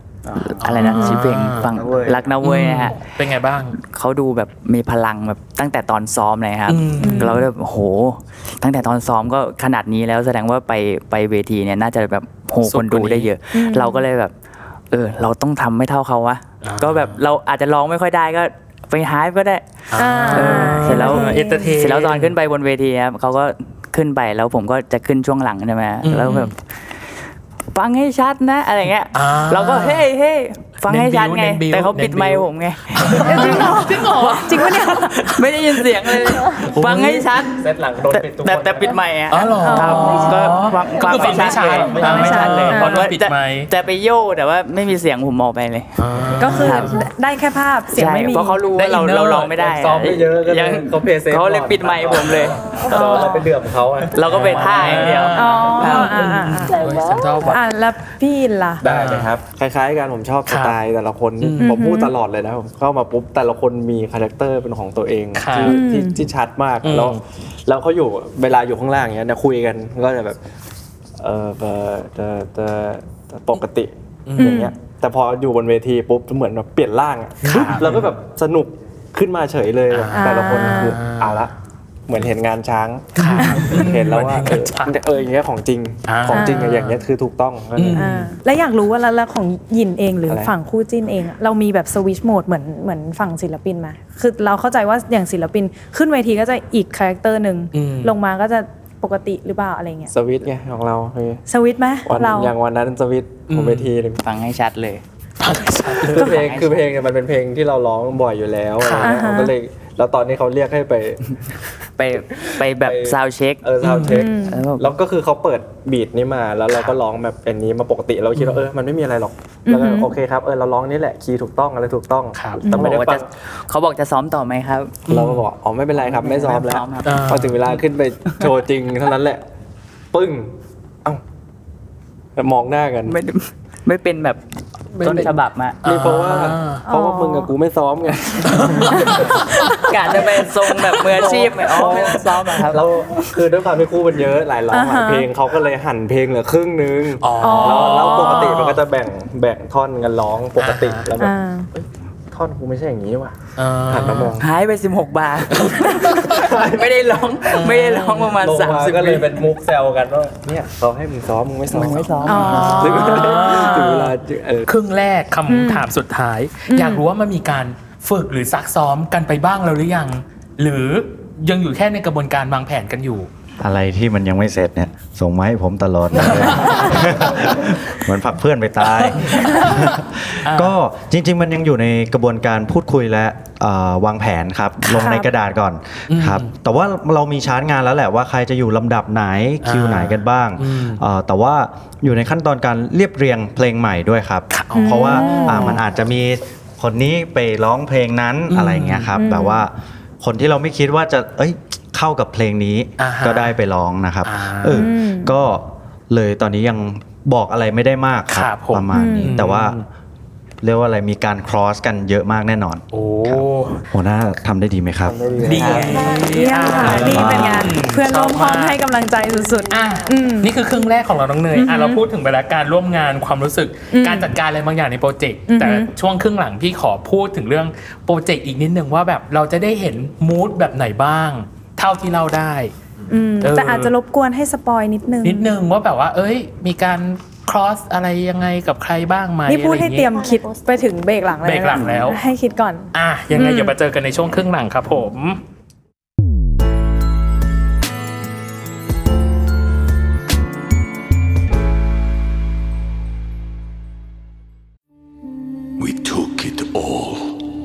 [SPEAKER 7] อะไรนะชื่อเพลงฟังรักนะเว้ยนะฮะ
[SPEAKER 4] เป็นไงบ้าง
[SPEAKER 7] เขาดูแบบมีพลังแบบตั้งแต่ตอนซ้อมเลยครับ
[SPEAKER 4] อืม
[SPEAKER 7] เราก็แบบโห ตั้งแต่ตอนซ้อมก็ขนาดนี้แล้วแสดงว่าไปไปเวทีเนี่ยน่าจะแบบโหคนดูได้เยอะ
[SPEAKER 16] อืม
[SPEAKER 7] เราก็เลยแบบ เออ เราต้องทำไม่เท่าเขาวะก็แบบเราอาจจะร้องไม่ค่อยได้ก็ไปฮาร์ปก็ได้เออเสร็จแล้ว
[SPEAKER 4] เออ entertain
[SPEAKER 7] เสร็จแล้วตอนขึ้นไปบนเวทีครับเขาก็ขึ้นไปแล้วผมก็จะขึ้นช่วงหลังใช่ไหม
[SPEAKER 4] อืม
[SPEAKER 7] แล้วแบบฟังให้ชัดนะอะไรเงี้ย เราก็เฮ้ยเฮ้ยฟังให้ชัดไง
[SPEAKER 4] เน้นบิ้ว
[SPEAKER 7] แต่เขาปิด
[SPEAKER 4] เน้น
[SPEAKER 7] ไม
[SPEAKER 4] บิ้ว
[SPEAKER 7] ค์ผมไง
[SPEAKER 3] ๆจริงเหรอจริงเหรอจริงปะเนี่ย
[SPEAKER 7] ไม่ได้ยินเสียงเลยฟังให้ชัด
[SPEAKER 4] เซตหลังโดนปิดตัว
[SPEAKER 7] แต่แต่ปิดไมค์อะ
[SPEAKER 4] อ๋อเหรอ
[SPEAKER 7] ครับก็ฟัง
[SPEAKER 4] ก็
[SPEAKER 7] ฟัง
[SPEAKER 4] คือ
[SPEAKER 7] ไม่ชัดเลย
[SPEAKER 4] ฟั
[SPEAKER 7] ฟั
[SPEAKER 4] ง
[SPEAKER 7] ง
[SPEAKER 4] ไม่
[SPEAKER 7] ไม่
[SPEAKER 4] ชั
[SPEAKER 7] ชั
[SPEAKER 4] ด
[SPEAKER 7] ดเลย
[SPEAKER 4] อ่า
[SPEAKER 7] ว่า
[SPEAKER 4] ปิด
[SPEAKER 7] จะ
[SPEAKER 4] ไมค์
[SPEAKER 7] แต่ไปโย่แต่ว่าไม่มีเสียงผมออกไปเลย
[SPEAKER 3] ก็คือ
[SPEAKER 7] รับ
[SPEAKER 3] ได้แค่ภาพเสียงไม่มี
[SPEAKER 7] ใช่เพราะเขารู้ว่าเราเราร้องไม่ได้
[SPEAKER 8] ซ้อมไม่เยอะก็เลยเขาเพย์เซฟ
[SPEAKER 7] เขาเลยปิดไมค์ผมเลย
[SPEAKER 8] เราไปเดือบเขาอะ
[SPEAKER 7] เราก็ไปท่าอย่างเดียว
[SPEAKER 3] อ๋ออ่ะอ่ะอ่ะ
[SPEAKER 8] ฉันชอบว่ะ
[SPEAKER 3] อ่ะแล้วพี่ล่ะ
[SPEAKER 8] ได้เลยครับ คล้ายๆกันผมชอบสไตล์แต่ละคน
[SPEAKER 3] อืม
[SPEAKER 8] ผมพูด
[SPEAKER 3] อืม
[SPEAKER 8] ตลอดเลยนะผมเข้ามาปุ๊บแต่ละคนมีคาแรคเตอร์เป็นของตัวเอง
[SPEAKER 4] ครับ
[SPEAKER 8] ที่
[SPEAKER 4] อืม
[SPEAKER 8] ที่ที่ชัดมาก
[SPEAKER 4] อืม
[SPEAKER 8] แล้วแล้วเขาอยู่เวลาอยู่ข้างล่างเนี้ยเนี่ยคุยกันก็จะแบบเออเออเออเออเออปกติ
[SPEAKER 4] อืม
[SPEAKER 8] อย่างเงี้ยแต่พออยู่บนเวทีปุ๊บเหมือนแบบเปลี่ยนร่างอะแล้วก็แบบสนุกขึ้นมาเฉยเลย
[SPEAKER 4] อ่า
[SPEAKER 8] แต่ละคนคือเอาละเหมือนเห็นงานช้างเห็นแล้วว่าเออเอออย่างเงี้ยของจริงของจริงอะอย่างเงี้ยคือถูกต้องก็เลย
[SPEAKER 3] อ่าและอยากรู้ว่าแล้วแล้วของหยินเองหรืออะไร ฝั่งคู่จิ้นเองอะเรามีแบบสวิชโหมดเหมือนเหมือนฝั่งศิลปินไหมคือเราเข้าใจว่าอย่างศิลปินขึ้นเวทีก็จะอีกคาแรคเตอร์หนึ่ง
[SPEAKER 8] อืม
[SPEAKER 3] ลงมาก็จะปกติหรือเปล่าอะไรเงี้ย
[SPEAKER 8] สวิตช์ไงของเราคือ
[SPEAKER 3] สวิชไหม
[SPEAKER 8] วัน
[SPEAKER 3] เรา
[SPEAKER 8] อย่างวันนั้นสวิตช์ผมเวทีหนึ่ง
[SPEAKER 7] ฟังให้ชัดเลย
[SPEAKER 8] คือเพลงคือเพลงเนี่ยมันเป็นเพลงที่เราร้องบ่อยอยู่แล้วอะไรเงี้ยผ
[SPEAKER 7] ค่ะ
[SPEAKER 8] มก็เลยแล้วตอนนี้เขาเรียกให้ไป
[SPEAKER 7] ไปไปแบบซาวเช็ค
[SPEAKER 8] เออซาวเช็ค
[SPEAKER 7] อืม
[SPEAKER 8] แล้วก็คือเขาเปิดบีดนี้มาแล้วเราก็ร้องแบบอันนี้มาปกติเราคิดว่าเออมันไม่มีอะไรหรอกแล้วก็
[SPEAKER 7] อือฮึ
[SPEAKER 8] โอเคครับเออเราร้องนี่แหละคีย์ถูกต้องอะไรถูกต้องแต่
[SPEAKER 7] เขาบ
[SPEAKER 8] ไม่
[SPEAKER 7] อก
[SPEAKER 8] ได้
[SPEAKER 7] ว่า
[SPEAKER 8] ฟั
[SPEAKER 7] จะ
[SPEAKER 8] ง
[SPEAKER 7] เขาบอกจะซ้อมต่อไหมครับ
[SPEAKER 8] เราก็บอกอ๋อไม่เป็นไรครับไม่ซ้อมแล้ว
[SPEAKER 7] ไม่ซ้อมครับ
[SPEAKER 8] พอถึงเวลาขึ้นไปโชว์จริงเท่านั้นแหละ ปึ้งเอ้ามองหน้ากัน
[SPEAKER 7] ไม่ ไม่เป็นแบบต้นฉบับอะ
[SPEAKER 8] นี่เพราะว่าเพราะว่ามึงกับกูไม่ซ้อมไง
[SPEAKER 7] การจะไปทรงแบบมืออาชี พไหมอ๋อไม่ต้องซ้อมอะครับ
[SPEAKER 8] เราคือด้วยความที่คู่มันเยอะหลายร้องหลายเพลงเขาก็เลยหั่นเพลงเหลือครึ่งนึงแล้วแล้วปกติมันก็จะแบ่งแบ่งท่อนกันร้องปกติแล้วแบบท่อนกูไม่ใช่อย่างนี้ว่ะหันมามอง
[SPEAKER 7] หายไป 16 บาท ไม่ได้ร้องไม่ได้ร้องประมาณ
[SPEAKER 8] ลง
[SPEAKER 7] 30
[SPEAKER 8] ก็เลยเป็นมุกแซวกันว่าเนี่ยเขาให้มึงซ้อมมึงไม่ซ้อมมึงไม่ซ้อมถึงเวลาถึงเวลาเออ
[SPEAKER 4] ครึ่งแรกคำถามสุดท้าย อยากรู้ว่ามันมีการฝึกหรือซักซ้อมกันไปบ้างแล้วหรือยัง หรือยังอยู่แค่ในกระบวนการวางแผนกันอยู่
[SPEAKER 5] อะไรที่มันยังไม่เสร็จเนี่ย ส่งมาให้ผมตลอ ดเลย เหมือนผลักเพื่อนไปตาย ก็จริง ๆ มันยังอยู่ในกระบวนการพูดคุยและเอ่อวางแผนครับลงในกระดาษก่อนครับแต่ว่าเรามีชาร์ตงานแล้วแหละว่าใครจะอยู่ลำดับไหนคิวไหนกันบ้างเอ่อแต่ว่าอยู่ในขั้นตอนการเรียบเรียงเพลงใหม่ด้วยครับ เพราะว่าอ่ามันอาจจะมี คนนี้ไปร้องเพลงนั้น
[SPEAKER 16] อืม
[SPEAKER 5] อะไรเงี้ยครับ
[SPEAKER 16] อืม
[SPEAKER 5] แบบว่าคนที่เราไม่คิดว่าจะเอ้ยเข้ากับเพลงนี้
[SPEAKER 4] อ่าฮะ
[SPEAKER 5] ก็ได้ไปร้องนะครับเอออ
[SPEAKER 4] ม
[SPEAKER 5] ก็เลยตอนนี้ยังบอกอะไรไม่ได้มากค
[SPEAKER 4] ครั
[SPEAKER 5] รั
[SPEAKER 4] บบ ผม
[SPEAKER 5] ประมาณนี้
[SPEAKER 4] อืม
[SPEAKER 5] แต่ว่าเรียกว่าอะไรมีการ cross กันเยอะมากแน่นอน
[SPEAKER 4] โอ้
[SPEAKER 5] หัวหน้าทำได้ดีไหมครับ
[SPEAKER 4] ดีไง
[SPEAKER 3] เนี่ยค่ะนี่เป็นไงเพื่อนร่วมห้องให้กำลังใจสุด
[SPEAKER 4] ๆอ่ะนี่คือครึ่งแรกของเราน้องเนยอ่ะเราพูดถึงไปแล้วการร่วมงานความรู้สึกการจัดการอะไรบางอย่างในโปรเจกต์
[SPEAKER 3] อือฮึ
[SPEAKER 4] แต่ช่วงครึ่งหลังพี่ขอพูดถึงเรื่องโปรเจกต์อีกนิดนึงว่าแบบเราจะได้เห็นมูดแบบไหนบ้าง เท่าที่เราได้
[SPEAKER 3] อืม
[SPEAKER 4] เออ
[SPEAKER 3] แต่อาจจะรบกวนให้สปอยนิดนึง
[SPEAKER 4] นิดนึงว่าแบบว่า เอ้ย มีการ cross อะไรยังไงกับใครบ้างไหม
[SPEAKER 3] นี่พูด
[SPEAKER 4] อะ
[SPEAKER 3] ให้
[SPEAKER 4] ไอางงี้
[SPEAKER 3] เตรียมคิดไปถึงเบรกหลังเลยนะ
[SPEAKER 4] เบรกหลังแล้ว
[SPEAKER 3] ให้คิดก่อน
[SPEAKER 4] อ่ะยังไง
[SPEAKER 3] อืม
[SPEAKER 4] เดี๋ยวมาเจอกันในช่วงครึ่งหลังครับผม
[SPEAKER 17] We took it all.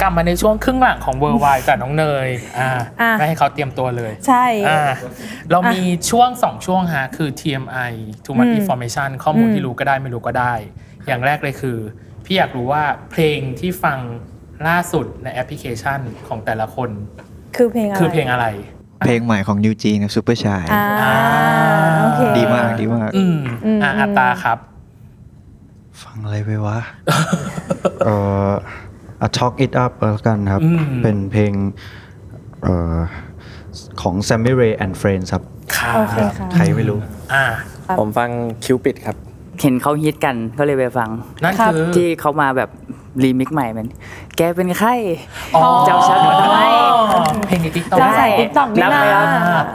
[SPEAKER 4] กลับมาในช่วงครึ่งหลังของเวอร์วายจากน้องเนยอ่า
[SPEAKER 3] อ่ะ
[SPEAKER 4] ไม่ให้เขาเตรียมตัวเลย
[SPEAKER 3] ใช่
[SPEAKER 4] อ่าเรามีช่วง 2 ช่วงฮะคือ TMI Too
[SPEAKER 3] อื
[SPEAKER 4] Much
[SPEAKER 3] ม
[SPEAKER 4] Information ข้อมูล
[SPEAKER 3] อืม
[SPEAKER 4] ที่รู้ก็ได้ไม่รู้ก็ได้ อย่างแรกเลยคือ พี่อยากรู้ว่าเพลงที่ฟังล่าสุดในแอปพลิเคชันของแต่ละคน
[SPEAKER 3] คือเพลงอะไร
[SPEAKER 4] คือเพลงอะไร
[SPEAKER 13] เพลงใหม่ของนิวจีนซูเปอร์ชาย
[SPEAKER 3] อ่าโอเค
[SPEAKER 13] ดีมากดีมาก
[SPEAKER 4] อืม
[SPEAKER 3] อืม
[SPEAKER 4] อ่าอัตตาครับ
[SPEAKER 5] ฟังอะไรไปวะ เอ่อ A Talk It Up แล้วกันครับ
[SPEAKER 4] อืม
[SPEAKER 5] เป็นเพลงเอ่อของ Sammy Ray and Friends ครับ
[SPEAKER 4] โอเค
[SPEAKER 5] ใครไม่รู้
[SPEAKER 4] อ่า
[SPEAKER 8] ผมฟังคิวปิดครับ
[SPEAKER 7] เห็นเขาฮิตกันก็เลยไปฟัง
[SPEAKER 4] นั่นคือ
[SPEAKER 7] ที่เขามาแบบรีมิกซ์ใหม่มัน แกเป็นไข้
[SPEAKER 4] อ๋อ
[SPEAKER 7] เจ้าชักมาทำไม
[SPEAKER 4] เพลงในติ๊กต็อก
[SPEAKER 7] เราใส่ TikTok นี่นะ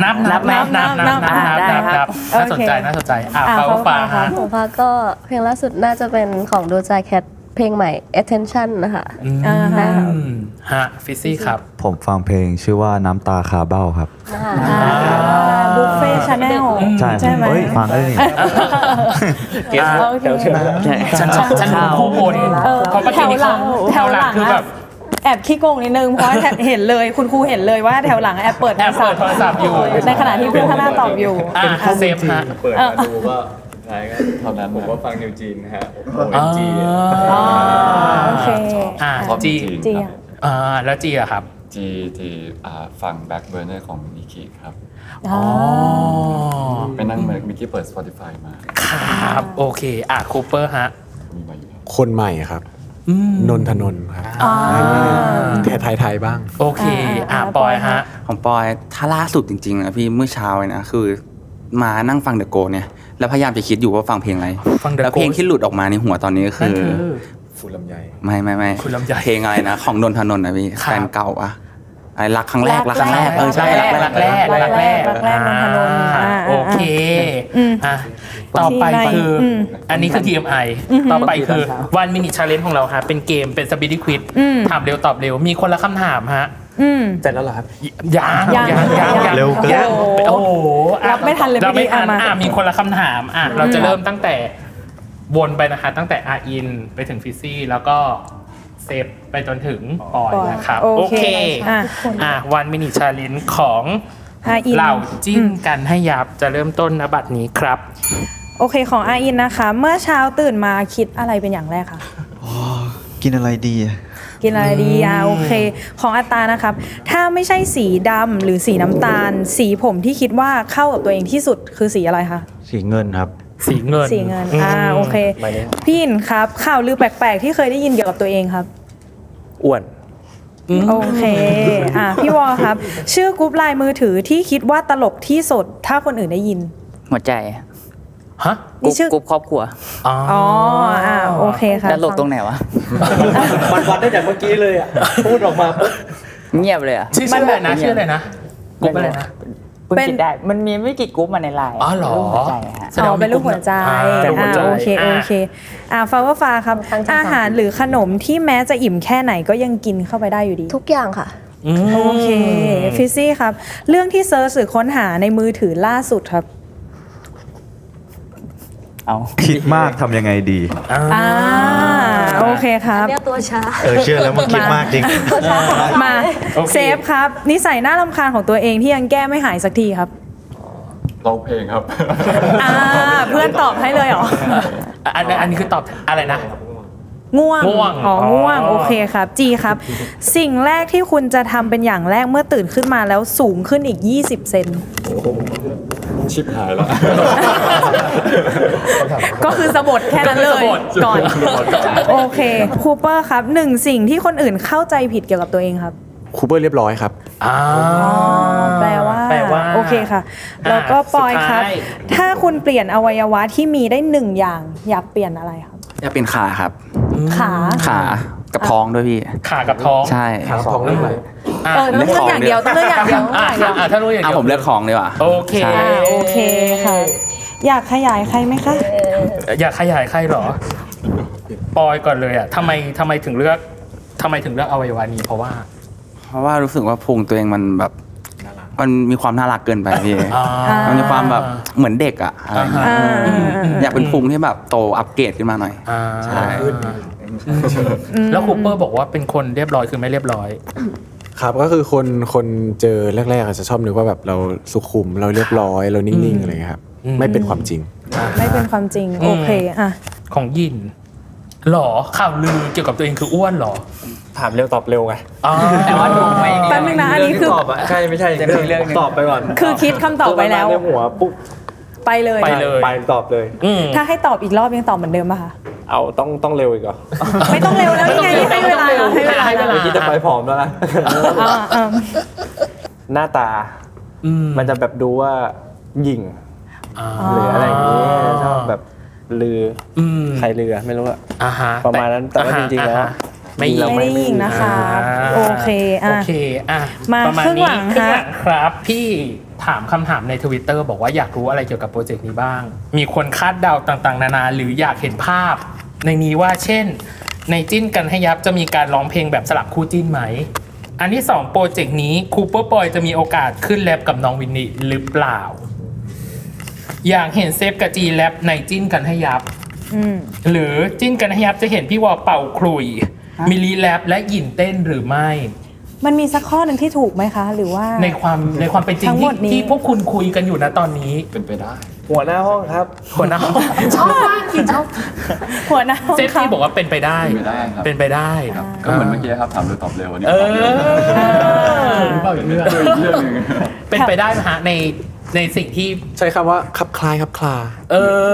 [SPEAKER 4] นับไหมนับนับนับนับนับนับนับ
[SPEAKER 6] ได้
[SPEAKER 4] นับ
[SPEAKER 6] ครับ
[SPEAKER 4] นับน่าสนใจน่าสนใจอ่ะเปาฟ้าฮะ
[SPEAKER 6] ของฟ้าก็เพลงล่าสุดน่าจะเป็นของดูใจแคทเพลงใหม่ attention นะคะ
[SPEAKER 4] อ่า ฮะฟิซซี่ครับ
[SPEAKER 16] ผมฟังเพลงชื่อว่าน้ำตาคาเบ้าครับ
[SPEAKER 3] บุฟเฟ่ชาแนล
[SPEAKER 16] ใช่
[SPEAKER 3] ใช่ไหม
[SPEAKER 16] เฮ้ยฟังได้นี่
[SPEAKER 3] เกสโอเค
[SPEAKER 4] ฉันชอบฉันรู้คู่บน
[SPEAKER 3] เออ
[SPEAKER 4] เพราะเมื่อ
[SPEAKER 3] แถว
[SPEAKER 4] กี้นี้
[SPEAKER 3] หลั
[SPEAKER 4] เขา
[SPEAKER 3] ง
[SPEAKER 4] แถวหลังคือแบบ
[SPEAKER 3] แอบขี้โกงนิดนึง เพราะว่าแถวเห็นเลยคุณครูเห็นเลยว่าแถวหลังแอบเปิด
[SPEAKER 4] แอบเปิดโทรศัพท์อยู่
[SPEAKER 3] ในขณะที่เพื่อนข้างหน้าตอบอยู่
[SPEAKER 4] อ่ะเซฟฮะ
[SPEAKER 10] เปิดมาดูก็ท้ายก็เท่านั้นผมก็ฟังนิวจีนนะฮะโอ้ยจี
[SPEAKER 3] โอเค
[SPEAKER 4] อ่า
[SPEAKER 9] ชอบ
[SPEAKER 4] จี
[SPEAKER 9] จีน
[SPEAKER 3] จีอะ
[SPEAKER 4] อ่าแล้วจีอะครับ
[SPEAKER 9] จีจีอ่าฟังแบ็คเบอร์เนอร์ของนิกิครับ
[SPEAKER 3] อ๋อ
[SPEAKER 9] ไปนั่งเมื่อกี้เปิด Spotify มา
[SPEAKER 4] ครับโอเคอ่ะคูเปอร์ฮะ
[SPEAKER 11] คนใหม่ครับนนทนนท์ครับเทศไทยๆบ้าง
[SPEAKER 4] โอเค อ่ะปอยฮะ
[SPEAKER 12] ของปอยถ้าล่าสุดจริงๆนะพี่เมื่อเช้าเลยนะคือมานั่งฟังเดอะโกเนี่ยแล้วพยายามจะคิดอยู่ว่าฟังเพลงอะไร
[SPEAKER 4] ฟัง The
[SPEAKER 12] แล้วเพลง
[SPEAKER 4] Ghost
[SPEAKER 12] ที่หลุดออกมาในหัวตอนนี้ก็
[SPEAKER 4] นั่
[SPEAKER 12] คื
[SPEAKER 4] น
[SPEAKER 12] อ
[SPEAKER 4] คือ
[SPEAKER 10] คุณลำไย
[SPEAKER 12] ไม่ไม่ไม่
[SPEAKER 4] คุณลำไย
[SPEAKER 12] เพลงอะไรนะ ของนนทนนท์นะพี่แฟนเก่าอะไอ้รักครั้งแรก
[SPEAKER 4] รั
[SPEAKER 12] รั
[SPEAKER 4] ก
[SPEAKER 12] ก
[SPEAKER 4] ค
[SPEAKER 12] ค
[SPEAKER 4] รั้
[SPEAKER 12] รั้
[SPEAKER 4] ง
[SPEAKER 12] ง
[SPEAKER 4] แรก
[SPEAKER 12] แรกเออใช่
[SPEAKER 4] รักแรกรักแรกรักแรกรักแรกนนทนนท์อ่าโอเคอ่ะต่อไปคืออ
[SPEAKER 3] ม
[SPEAKER 4] อันนี้คือ DMI
[SPEAKER 3] อือหือ
[SPEAKER 4] ต่อไปคือวันมินิชาเลนของเราฮะ เป็นเกมเป็นสปีดควิด
[SPEAKER 3] อืม
[SPEAKER 4] ถามเร็วตอบเร็ว มีคนละคำถามฮะ
[SPEAKER 3] อืม
[SPEAKER 4] เสร็จแล้วเหรอครับยัง
[SPEAKER 3] ยัง
[SPEAKER 4] ยังยังยัง
[SPEAKER 3] เร็วเกิน
[SPEAKER 4] ยังโอ้โหอ่ะ
[SPEAKER 3] รับไม่ทันเลย
[SPEAKER 4] รับไม่ทัน
[SPEAKER 3] พี่ดีอ่ะมา
[SPEAKER 4] อ่ะมีคนละคำถามอ่ะเราจะ
[SPEAKER 3] อืม
[SPEAKER 4] เริ่มตั้งแต่วนไปนะคะ ตั้งแต่อาอินไปถึงฟิซซี่ แล้วก็เซฟไปจนถึงปอยนะครับ
[SPEAKER 3] โอเคอ่ะ
[SPEAKER 4] อ่ะวันมินิชาเลนของ
[SPEAKER 3] อาอิน
[SPEAKER 4] เราจิ้นกันให้ยับจะเริ่มต้นนบัตรนี้ครับ
[SPEAKER 3] โอเคของอาอินนะคะ เมื่อเช้าตื่นมาคิดอะไรเป็นอย่างแรกคะ
[SPEAKER 13] กินอะไรดีอะ
[SPEAKER 3] กินอะไรดีอ่ะโอเค ของอัตตานะครับ ถ้าไม่ใช่สีดำหรือสีน้ำตาล สีผมที่คิดว่าเข้ากับตัวเองที่สุดคือสีอะไรคะ
[SPEAKER 5] สีเงินครับ
[SPEAKER 4] สีเงิน
[SPEAKER 3] สีเงินอ่าโอเค พี่อินครับ ข่าวลือแปลกๆ ที่เคยได้ยินเกี่ยวกับตัวเองครับ
[SPEAKER 8] อ้วน
[SPEAKER 3] โอเคอ่ะพี่วอครับ ชื่อกรุ๊ปไลน์มือถือที่คิดว่าตลกที่สุดถ้าคนอื่นได้ยิน
[SPEAKER 7] หัวใจ
[SPEAKER 4] ฮะ
[SPEAKER 7] กรุ๊ปกรุ๊ปครอบครัว
[SPEAKER 4] อ๋อ
[SPEAKER 3] อ่าโอเคค่ะ
[SPEAKER 7] แล้วหลบตรงไหนวะ
[SPEAKER 8] มันวัดได้จากเมื่อกี้เลยอ่ะ พูดออกมาปุ๊บ
[SPEAKER 7] เงียบเลยอ่ะ
[SPEAKER 4] ชื่อชื่ออะไรนะชื่ออะไรนะกรุ๊ปอะไรนะ
[SPEAKER 18] คุณผิดได้ มันมีไม่กี่กรุ๊ปมาในไลน์
[SPEAKER 4] อ๋อเหรอ
[SPEAKER 18] ปหัวใจฮะ
[SPEAKER 3] อ๋อเป็นรูปหัวใจ
[SPEAKER 18] อ่าเป็นรูปหัวใจ
[SPEAKER 3] อ่าโอเค
[SPEAKER 18] อ่า
[SPEAKER 3] โอเคอ่าฟ้าว่าฟ้าครับ อาหารหรือขนมที่แม้จะอิ่มแค่ไหนก็ยังกินเข้าไปได้อยู่ดี
[SPEAKER 6] ทุกอย่างค่ะ
[SPEAKER 3] โอเคฟิซซี่ครับ เรื่องที่เซิร์ชหรือค้นหาในมือถือล่าสุดครับ
[SPEAKER 14] เอาคิดมากทำยังไงดี
[SPEAKER 3] อ่าโอเคครับ
[SPEAKER 6] เรียกตัวช้า
[SPEAKER 14] เออเชื่อแล้วมันคิดมากจริง
[SPEAKER 3] มา
[SPEAKER 9] โอเค
[SPEAKER 3] เซฟครับ นิสัยน่ารำคาญของตัวเองที่ยังแก้ไม่หายสักทีครับ
[SPEAKER 9] เราเพลงครับ
[SPEAKER 3] อ่าเพื่อนตอบให้เลยเหรอ
[SPEAKER 4] อันนี้อันนี้คือตอบอะไรนะ
[SPEAKER 3] ง่วง
[SPEAKER 4] ง่วง
[SPEAKER 3] อ๋ออ
[SPEAKER 4] อ
[SPEAKER 3] ง่วง โอเคครับ จีครับ สิ่งแรกที่คุณจะทำเป็นอย่างแรกเมื่อตื่นขึ้นมาแล้วสูงขึ้นอีก 20 เซน
[SPEAKER 9] ชิบหายแล้ว
[SPEAKER 3] ก็คือสะบดแค่นั้นเลย
[SPEAKER 9] ก็คือสะบัด
[SPEAKER 3] ก่อน
[SPEAKER 9] สะบัดก่อน
[SPEAKER 3] โอเค คูเปอร์ครับหนึ่งสิ่งที่คนอื่นเข้าใจผิดเกี่ยวกับตัวเองครับ
[SPEAKER 11] คูเปอร์เรียบร้อยครับ
[SPEAKER 3] แปลว่า
[SPEAKER 11] แปลว่า
[SPEAKER 3] โอเคค่ะ แล้วก็ปอยครับ ถ้าคุณเปลี่ยนอวัยวะที่มีได้หนึ่งอย่าง อยากเปลี่ยนอะไรครับ
[SPEAKER 12] จะเป็นขาครับ
[SPEAKER 3] ขา
[SPEAKER 12] ขากับท้องด้วยพี่
[SPEAKER 4] ขากับท้อง
[SPEAKER 12] ใช่
[SPEAKER 4] ขากับท้องเรื่องอะไร
[SPEAKER 3] เออต้องเลือกอย่างเดียวต้องเลือกอย่างเดียวต้องเลือกอย่างเดียว
[SPEAKER 4] ถ้ารู้อย่างเดียว
[SPEAKER 12] ผมเลือกของดีกว่า
[SPEAKER 4] โอเค
[SPEAKER 12] ใช่
[SPEAKER 3] อ่าโอเคค่ะ อยากขยายใครไหมคะ
[SPEAKER 4] อยากขยายใครเหรอ ปอยก่อนเลยอ่ะทำไมทำไมถึงเลือกทำไมถึงเลือกอวัยวะนี้เพราะว่า
[SPEAKER 12] เพราะว่ารู้สึกว่าพุงตัวเองมันแบบ มันมีความน่ารักเกินไปพี่ มันมีความแบบเหมือนเด็กอะอะไรอย่างเงี้ยอยากเป็นพุงที่แบบโตอัปเกรดขึ้นมาหน่อย
[SPEAKER 4] อ่า
[SPEAKER 12] ใช่
[SPEAKER 4] แล้วคูเปอร์บอกว่าเป็นคนเรียบร้อยคือไม่เรียบร้อย
[SPEAKER 11] ครับก็คือคนคนเจอแรกๆอาจจะชอบนึกว่าแบบเราสุขุมเราเรียบร้อยเรานิ่งๆอะไรอย่างเงี้ยครับ
[SPEAKER 4] อืม
[SPEAKER 11] ไม่เป็นความจริง
[SPEAKER 3] ไม่เป็นความจริง
[SPEAKER 4] อืม
[SPEAKER 3] โอเคอ่ะ
[SPEAKER 4] ของยินหรอข่าวลือเกี่ยวกับตัวเองคืออ้วนหรอ
[SPEAKER 8] ถามเร็วตอบเร็วไง
[SPEAKER 4] แต่ว่าถูกไหม
[SPEAKER 3] แป๊บนึงนะอันนี้คือ
[SPEAKER 8] ตอบอ่ะใช่ไม่ใช่
[SPEAKER 4] จะมีเรื่องหนึ่ง
[SPEAKER 8] ตอบไปก่อน
[SPEAKER 3] คือคิดคำตอบไปแล้ว
[SPEAKER 8] ในหัวปุ๊บ
[SPEAKER 3] ไปเลย
[SPEAKER 8] ไปตอบเลย
[SPEAKER 3] ถ้าให้ตอบอีกรอบยังตอบเหมือนเดิมป่ะคะ
[SPEAKER 8] เอาต้องต้องเร็วอีกเหรอ
[SPEAKER 3] ไม่ต้องเร็วแล้วยังไงนี่ให้เวลาให้เวลา
[SPEAKER 8] เมื่อกี้จะไปผอมแล้วนะ
[SPEAKER 3] อ่าอ่า
[SPEAKER 8] หน้าตา มันจะแบบดูว่าหยิ่งหรืออะไรอย่างนี้ชอบแบบลืออใครลือไม่รู้อะประมาณนั้นแต่ว่าจริงๆแล้ว
[SPEAKER 4] ไม่ยิง
[SPEAKER 3] ไม่ได้ยิงนะคะ โอเคอ่ะ
[SPEAKER 4] โอเคอ่ะ
[SPEAKER 3] มา
[SPEAKER 4] ประณ
[SPEAKER 3] ครึ่งหลัง
[SPEAKER 4] นี้ครึ่งห
[SPEAKER 3] ฮะ
[SPEAKER 4] ลังครับ พี่ถามคำถามในทวิตเตอร์บอกว่าอยากรู้อะไรเกี่ยวกับโปรเจกต์นี้บ้าง มีคนคาดเดาต่างๆ นานา หรืออยากเห็นภาพ ในนี้ว่าเช่น ในจิ้นกันให้ยับจะมีการร้องเพลงแบบสลับคู่จิ้นไหม อันที่สองโปรเจกต์นี้คูเปอร์ปอยจะมีโอกาสขึ้นแรปกับน้องวินนี่หรือเปล่า อยากเห็นเซฟกับจีแรปในจิ้นกันให้ยับ
[SPEAKER 3] อืม
[SPEAKER 4] หรือจิ้นกันให้ยับจะเห็นพี่วอเป่าคลุย มิลลีแลบและหยินเต้นหรือไม่
[SPEAKER 3] มันมีสักข้อหนึ่งที่ถูกไหมคะ หรือว่า
[SPEAKER 4] ในความในความเป็นจริ
[SPEAKER 3] ทั้
[SPEAKER 4] ง
[SPEAKER 3] งหม
[SPEAKER 4] ที่
[SPEAKER 3] ดนี้
[SPEAKER 4] ที่พวกคุณคุยกันอยู่นะตอนนี้เป็นไปได้
[SPEAKER 8] หัวหน้าห้องครับ
[SPEAKER 4] หัวหน้าห้อง
[SPEAKER 3] ชอบมากกินช อบหัวหน้าห้อง
[SPEAKER 4] เซฟที่บอกว่าเป็นไปได้ เป็นไปได้
[SPEAKER 9] ครับก็เหมือนเมื่อกี้ครับถามเร็วตอบเร็วอันนี้ตอบเร็ว
[SPEAKER 4] เปล่าอีกเรื่อง
[SPEAKER 9] เรื่องหนึ่ง
[SPEAKER 4] เป็นไปได้ไหมฮะในในสิ่งที่
[SPEAKER 11] ใช้คำว่าคับคลายคับคลา
[SPEAKER 4] เออ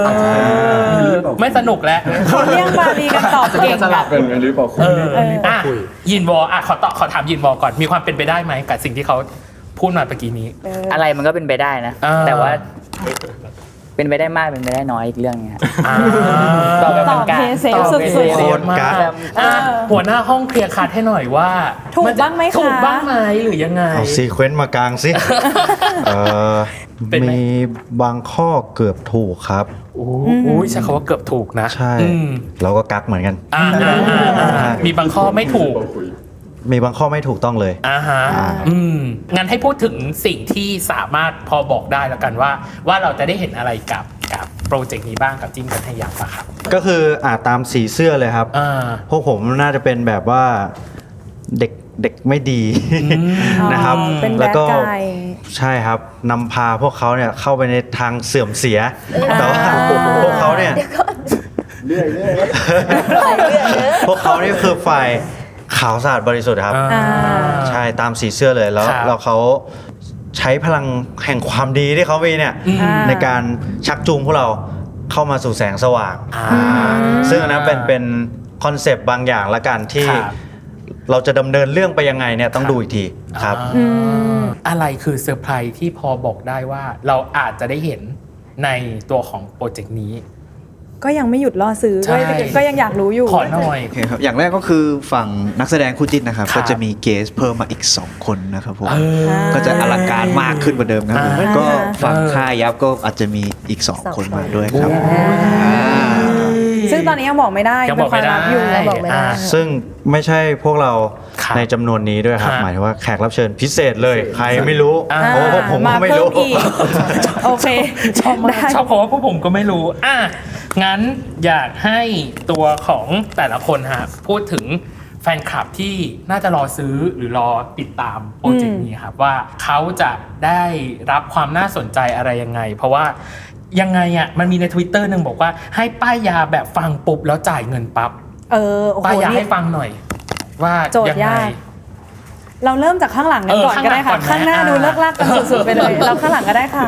[SPEAKER 4] ไม่สนุกแล้ว
[SPEAKER 3] เขาเรียกบาลีกันตอบเก่งอะ
[SPEAKER 4] เป็นหรือเปล่าคุย
[SPEAKER 3] เอออ่ะ
[SPEAKER 4] ยินวออ่ะขอตอบขอถามยินวอก่อนมีความเป็นไปได้ไหมกับสิ่งที่เขาพูดมาเมื่อกี้นี้
[SPEAKER 7] อะไรมันก็เป็นไปได้นะ แต่ว่า เป็นไปได้มากเป็นไปได้น้อยอีกเรื่องนึงครับตอบแบบ
[SPEAKER 3] ตอบ
[SPEAKER 7] กลาง
[SPEAKER 3] เพ
[SPEAKER 7] ๆ
[SPEAKER 3] เซฟสุดๆ
[SPEAKER 7] โคตรกลาง
[SPEAKER 4] อ่ะหัวหน้าห้องเคลียร์คัดให้หน่อยว่า
[SPEAKER 3] ถูกบ้างไหมคะ
[SPEAKER 4] ถูกบ้างไหมหรือยังไง
[SPEAKER 16] เอาซีเควนต์มากลางสิเอ่อมีบางข้อเกือบถูกครับ
[SPEAKER 4] โอ้ยใช้คำว่าเกือบถูกนะ
[SPEAKER 16] ใช่
[SPEAKER 4] อืม
[SPEAKER 16] เราก็กักเหมือนกัน
[SPEAKER 4] อ่าอ่าอ่าอ่ามีบางข้อไม่ถูก
[SPEAKER 16] มีบางข้อไม่ถูกต้องเลย
[SPEAKER 4] อ่าฮะอืมงั้นให้พูดถึงสิ่งที่สามารถพอบอกได้แล้วกันว่า ว่าเราจะได้เห็นอะไรกับกับโปรเจกต์นี้บ้างกับจิ้มกันทยับอะครับ
[SPEAKER 16] ก็คืออ่าตามสีเสื้อเลยครับพวกผมน่าจะเป็นแบบว่าเด็กเด็กไม่ดีนะครับ
[SPEAKER 3] เป็นแบ
[SPEAKER 16] แล้ว
[SPEAKER 3] ด
[SPEAKER 16] ก็
[SPEAKER 3] กาย
[SPEAKER 16] ใช่ครับนำพาพวกเขาเนี่ยเข้าไปในทางเสื่อมเสีย แต่ว่าพวกเขาเนี่ย
[SPEAKER 17] เรื่อยเรื่อย
[SPEAKER 16] พวกเขานี่คือฝ่ายขาวสะอาดบริสุทธิ์ครับ ใช่ตามสีเสื้อเลยแล้ว
[SPEAKER 4] ครับ
[SPEAKER 16] แล้วเขาใช้พลังแห่งความดีที่เขามีเนี่ย
[SPEAKER 4] อืม
[SPEAKER 16] ในการชักจูงพวกเราเข้ามาสู่แสงสว่าง ซึ่งอันนั้นเป็นเป็นคอนเซปต์บางอย่างละกันที่เราจะดำเนินเรื่องไปยังไงเนี่ยต้องดูอีกทีครับ
[SPEAKER 4] อะไรคือเซอร์ไพรส์ที่พอบอกได้ว่า เราอาจจะได้เห็นในตัวของโปรเจกต์นี้
[SPEAKER 3] ก็ยังไม่หยุดล่อซื้อ
[SPEAKER 4] ใช่
[SPEAKER 3] ก็ยังก็ยังอยากรู้อยู่
[SPEAKER 4] โ
[SPEAKER 13] อเคครับอย่างแรกก็คือฝั่งนักแสดงคู่จิ้นนะครับ ก็จะมีเกสเพิ่มมาอีก 2 คนนะครับผมก็จะอลังการมากขึ้นกว่าเดิมครับผม
[SPEAKER 3] อ่า
[SPEAKER 13] ก็ฝั่งค่ายยับก็อาจจะมีอีก 2 คนมาด้วยครับ
[SPEAKER 3] ซึ่งตอนนี้ยังบอกไม่ได้
[SPEAKER 13] ยัง
[SPEAKER 3] เป็
[SPEAKER 13] บอน ก
[SPEAKER 3] ค
[SPEAKER 13] ไม่
[SPEAKER 3] วามลับ
[SPEAKER 13] ได้
[SPEAKER 3] อยู่ยังบอกไม่ได้
[SPEAKER 16] ซึ่งไม่ใช่พวกเราในจำนวนนี้ด้วยครับ หมายถึงว่าแขกรับเชิญพิเศษเลย ใครไม่รู้เพราะว่าพวกผมก็ไม่รู้
[SPEAKER 3] มาเพิ่มอี ก โอเค
[SPEAKER 4] ชอบมากชอบเพราะว่าพวกผมก็ไม่รู้ อ่ะ งั้นอยากให้ตัวของแต่ละคนฮะพูดถึงแฟนคลับที่น่าจะรอซื้อหรือรอติดตามโปรเจกต์นี้ครับ ว่าเขาจะได้รับความน่าสนใจอะไรยังไง เพราะว่ายังไงอ่ะมันมีใน Twitter หนึ่งบอกว่าให้ป้ายยาแบบฟังปุ๊บแล้วจ่ายเงินปั๊บ
[SPEAKER 3] เออโอ้โห
[SPEAKER 4] ป้ายยา
[SPEAKER 3] นี่
[SPEAKER 4] ให้ฟังหน่อย ว่า
[SPEAKER 3] โจท
[SPEAKER 4] ยั
[SPEAKER 3] ย์
[SPEAKER 4] งไง
[SPEAKER 3] ยาก เราเริ่มจากข้างหลังกัน
[SPEAKER 4] เออ
[SPEAKER 3] ก่อนก็ได้ค่ะ
[SPEAKER 4] ข้า
[SPEAKER 3] ข้าง งห
[SPEAKER 4] หลั
[SPEAKER 3] น้าง
[SPEAKER 4] ก่อนนะ
[SPEAKER 3] ดูเลิกลากกันสุดๆไปเลย เราข้างหลังก็ได้ค่ะ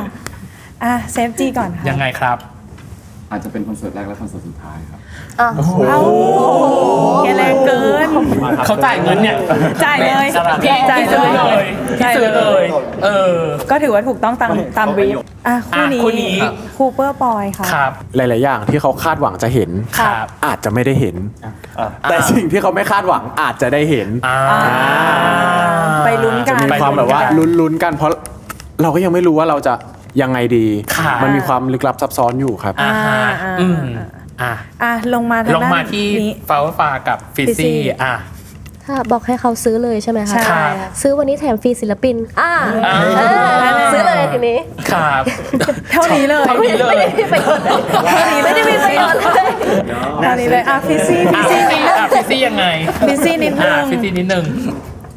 [SPEAKER 3] อ่ะเซฟจีก่อนค่ะ
[SPEAKER 4] ยังไงครับ
[SPEAKER 9] อาจจะเป็นคอนเสิร์ตแรกและคอนเสิร์ตสุดท้ายครับ
[SPEAKER 3] อ้าวแกแรงเกิน
[SPEAKER 4] เขาจ่ายเงินเนี่ย
[SPEAKER 3] จ่ายเลยจ่ายเลย
[SPEAKER 4] พี่ซื้อเลย เออ
[SPEAKER 3] ก็ถือว่าถูกต้องตามตามบีฟอ่ะคู่
[SPEAKER 4] อ่ะคู่นี้
[SPEAKER 3] นี้คูเปอร์ปอยค่ะ
[SPEAKER 4] ครับ
[SPEAKER 11] หลาย ๆ อย่างที่เขาคาดหวังจะเห็น
[SPEAKER 4] ครับ
[SPEAKER 11] อาจจะไม่ได้เห็น แต่สิ่งที่เขาไม่คาดหวังอาจจะได้เห็น
[SPEAKER 3] ไปลุ้นกัน
[SPEAKER 11] มีความแบบว่าลุ้น ๆ กันเพราะเราก็ยังไม่รู้ว่าเราจะยังไงดี มันมีความลึกลับซับซ้อนอยู่ครับ
[SPEAKER 4] อ่าฮะอืมอ่ะ
[SPEAKER 3] อ่ะลงมาทา
[SPEAKER 4] ล
[SPEAKER 3] ง
[SPEAKER 4] ง
[SPEAKER 3] ด้าน
[SPEAKER 4] มาที่
[SPEAKER 3] นี้
[SPEAKER 4] ฟาวฟากับฟิ
[SPEAKER 3] ฟิซี่
[SPEAKER 4] ซี่อ่ะ
[SPEAKER 6] ถ้าบอกให้เขาซื้อเลยใช่ไหมคะ
[SPEAKER 4] ใช่ครับ
[SPEAKER 6] ซื้อวันนี้แถมฟรีศิลปิน อ่า
[SPEAKER 4] อ่า
[SPEAKER 6] เออซื้อเลยทีนี้
[SPEAKER 4] ครับ
[SPEAKER 3] เท่านี้เลย
[SPEAKER 4] เท่านี้เล
[SPEAKER 3] ไม่
[SPEAKER 4] ย
[SPEAKER 3] ได้มีประโยชน์เลยไม่ได้มีประโยชน์เลยเท่านี้เลยอ่ะฟิซี่
[SPEAKER 4] อ่ะ
[SPEAKER 3] ฟิ
[SPEAKER 4] ฟิ
[SPEAKER 3] ซี่
[SPEAKER 4] ซี่อ่ะฟิซี่ยังไง
[SPEAKER 3] ฟิซี่นิดนึง
[SPEAKER 4] อ่ะฟิซี่นิดนึง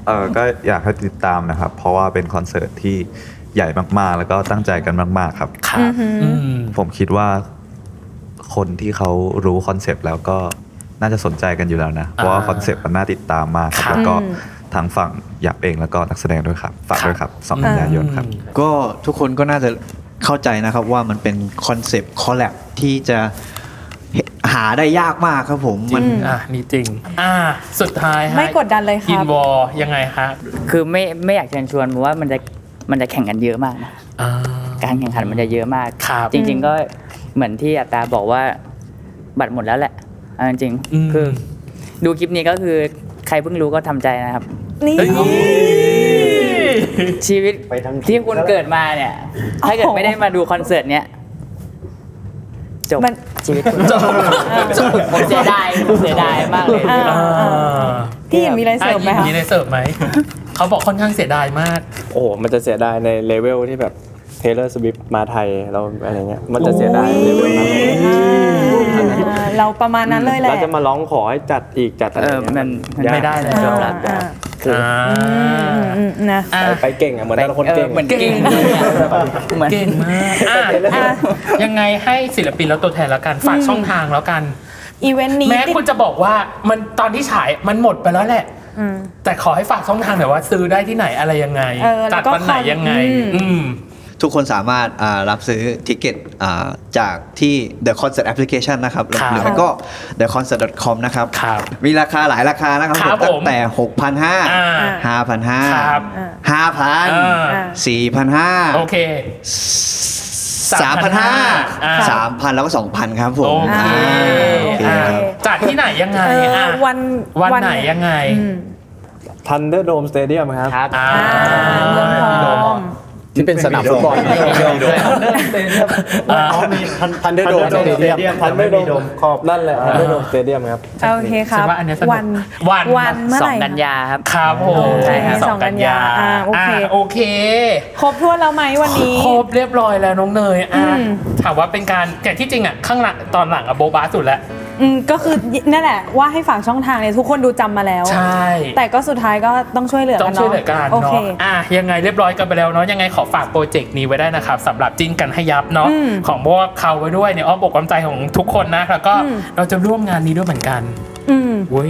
[SPEAKER 14] เออก็อยากให้ติดตามนะครับ เพราะว่าเป็นคอนเสิร์ตที่ใหญ่มากๆ แล้วก็ตั้งใจกันมาก ๆ ครับ
[SPEAKER 3] อือหือ
[SPEAKER 14] ผมคิดว่าคนที่เขารู้คอนเซปต์แล้วก็น่าจะสนใจกันอยู่แล้วนะ เพราะว่าคอนเซปต์มันน่าติดตามมากครับ
[SPEAKER 4] ค่ะ
[SPEAKER 14] แล้วก็
[SPEAKER 3] อืม
[SPEAKER 14] ทางฝั่งหยาบเองแล้วก็นักแสดงด้วยครับฝากด้วยครับสองกันยายนครับ
[SPEAKER 13] ก็ทุกคนก็น่าจะเข้าใจนะครับว่ามันเป็นคอนเซปต์คอลแลบที่จะหาได้ยากมากครับผมมัน
[SPEAKER 4] จริงอ่ะนี่จริง อ่า สุดท้ายฮะ
[SPEAKER 3] ไม่กดดันเลยค
[SPEAKER 4] อิ
[SPEAKER 3] รั
[SPEAKER 4] น
[SPEAKER 3] บ
[SPEAKER 4] วอยังไงฮะ
[SPEAKER 7] คือไม่ไม่อยากเชิญชวนเพราะว่ามันจะมันจะแข่งกันเยอะมากนะการแข่งขันมันจะเยอะมาก จริง ๆ ก็เหมือนที่อัตราบอกว่าบัตรหมดแล้วแหละเอาจริงๆคือดูคลิปนี้ก็คือใครเพิ่งรู้ก็ทำใจนะครับ
[SPEAKER 3] นี่
[SPEAKER 7] ชีวิตที่คุณเกิดมาเนี่ย ถ้าเกิดไม่ได้มาดูคอนเสิร์ตเนี้ยจบชีวิตคุณผมเสียดายผมเสียดายมากเลย
[SPEAKER 3] พี่หญิงมีอะไรเสริมไหมคะ
[SPEAKER 4] พี่ญิงมีอะไรเสริมไหม เขาบอกค่อนข้างเสียดายมาก
[SPEAKER 8] โอ้โหมันจะเสียดายในเลเวลที่แบบเทเลอร์สวิฟมาไทยเราอะไรเงี้ยมันจะเสียดายเลเวลนั้น
[SPEAKER 3] เราประมาณนั้นเลยแห
[SPEAKER 8] เรา
[SPEAKER 3] ละ
[SPEAKER 8] จะมาร้องขอให้จัดอีกจัดอะไรเงี้ยมัน
[SPEAKER 7] มันไม่ได้เลย
[SPEAKER 8] ยอมรับยากคือ
[SPEAKER 3] อืมอืมนะ
[SPEAKER 8] ไปไปเก่งอ่ะเหมือนเราคนเก่ง
[SPEAKER 7] เหมือนเก่ง
[SPEAKER 4] เก่งมากอ่ะอ่ะยังไงให้ศิลปินแล้วตัวแทนแล้วกัน ฝากช่องทางแล้วกัน
[SPEAKER 3] อีเวนต์นี้
[SPEAKER 4] แม้คุณจะบอกว่ามันตอนที่ฉายมันหมดไปแล้วแหละ
[SPEAKER 3] อืม
[SPEAKER 4] แต่ขอให้ฝากช่องทางหน่อยว่าซื้อได้ที่ไหนอะไรยังไง
[SPEAKER 3] เออแล้
[SPEAKER 4] จัด
[SPEAKER 3] วก็
[SPEAKER 4] วันไหนยังไง
[SPEAKER 3] อืม
[SPEAKER 4] อืม
[SPEAKER 13] ทุกคนสามารถอ่ารับซื้อทิเกตอ่าจากที่ The Concert Application นะครับ
[SPEAKER 4] ครับ
[SPEAKER 13] หรือไม่ก็ The Concert com นะครับ มีราคาหลายราคานะครับ
[SPEAKER 4] ครับ
[SPEAKER 13] ตั้
[SPEAKER 4] ผม
[SPEAKER 13] งแต่ 6 5 0 0 5 5 0
[SPEAKER 4] ครับ
[SPEAKER 13] 0 5,000
[SPEAKER 4] โอ
[SPEAKER 13] 4,500
[SPEAKER 4] เค อ่า
[SPEAKER 13] 3,500 3,000 แล้วก็ 2,000 ครับผม
[SPEAKER 4] โอเค
[SPEAKER 13] อ่าโอเค
[SPEAKER 4] อ่ะ
[SPEAKER 13] ครับ
[SPEAKER 4] จัดที่ไหนยังไง
[SPEAKER 3] เออ
[SPEAKER 4] อ่ะ
[SPEAKER 3] วัน
[SPEAKER 4] วัน
[SPEAKER 3] วัน
[SPEAKER 4] ไหนยังไง
[SPEAKER 8] ทันเดอร์โดมสเตเดียมครับ
[SPEAKER 4] อ่า
[SPEAKER 8] โดม
[SPEAKER 11] ที่เป็นสนามฟุตบอล
[SPEAKER 8] ทันเดอร์โดมสเตเดียมทันเดอร์โดมขอบนั่นแหละทันเดอร์โดมสเตเดียมครับ
[SPEAKER 3] โอเคครับ
[SPEAKER 4] ฉันว่าอันเนี้ยสนุก
[SPEAKER 3] วัน
[SPEAKER 4] วัน
[SPEAKER 3] วันเมื่อไหร่
[SPEAKER 4] สองกันยา
[SPEAKER 7] ครับ
[SPEAKER 4] ครับผม
[SPEAKER 3] ใช่ครับสองกันยาอ่าโอเค
[SPEAKER 4] อ่ะโอเค
[SPEAKER 3] ครบทั่วนแล้วไหมวันนี้
[SPEAKER 4] ครบเรียบร้อยแล้วน้องเนยอ่ะ
[SPEAKER 3] อืม
[SPEAKER 4] ถามว่าเป็นการแต่ที่จริงอ่ะ ข้างหลังตอนหลังอะโบบาสุดแล้ว
[SPEAKER 3] อืมก็คือนั่นแหละว่าให้ฝากช่องทางเนี่ยทุกคนดูจำมาแล้ว
[SPEAKER 4] ใช่
[SPEAKER 3] แต่ก็สุดท้ายก็ต้องช่วยเหลือ
[SPEAKER 4] ต้อ
[SPEAKER 3] กั
[SPEAKER 4] ง
[SPEAKER 3] น
[SPEAKER 4] ช่วย
[SPEAKER 3] เนาะ
[SPEAKER 4] เหลือกัน
[SPEAKER 3] โอ
[SPEAKER 4] เนาะ
[SPEAKER 3] เค
[SPEAKER 4] อ่ะยังไงเรียบร้อยกันไปแล้วเนาะยังไงขอฝากโปรเจกต์นี้ไว้ได้นะครับสำหรับจิ้นกันให้ยับเนาะ
[SPEAKER 3] อืม
[SPEAKER 4] ของพวกเขาไว้ด้วยในอ้อมอกความใจของทุกคนนะแล้วก็
[SPEAKER 3] อืม
[SPEAKER 4] เราจะร่วมงานนี้ด้วยเหมือนกัน
[SPEAKER 3] อืม
[SPEAKER 4] เว้ย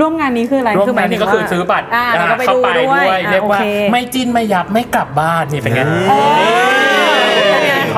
[SPEAKER 3] ร่วมงานนี้คืออะไร
[SPEAKER 4] ร่วม
[SPEAKER 3] ห
[SPEAKER 4] งาย น
[SPEAKER 3] ถึ
[SPEAKER 4] นี้
[SPEAKER 3] ง
[SPEAKER 4] ก็คือซื้อบัตร
[SPEAKER 3] อ่าแล้วก็ไป
[SPEAKER 4] เข้า
[SPEAKER 3] ดู
[SPEAKER 4] ไป
[SPEAKER 3] ด้วย
[SPEAKER 4] ด้วย เรียกว่า
[SPEAKER 3] อ่ะโอค
[SPEAKER 4] ไม่จิ้นไม่ยับไม่กลับบ้านนี่เป็นไง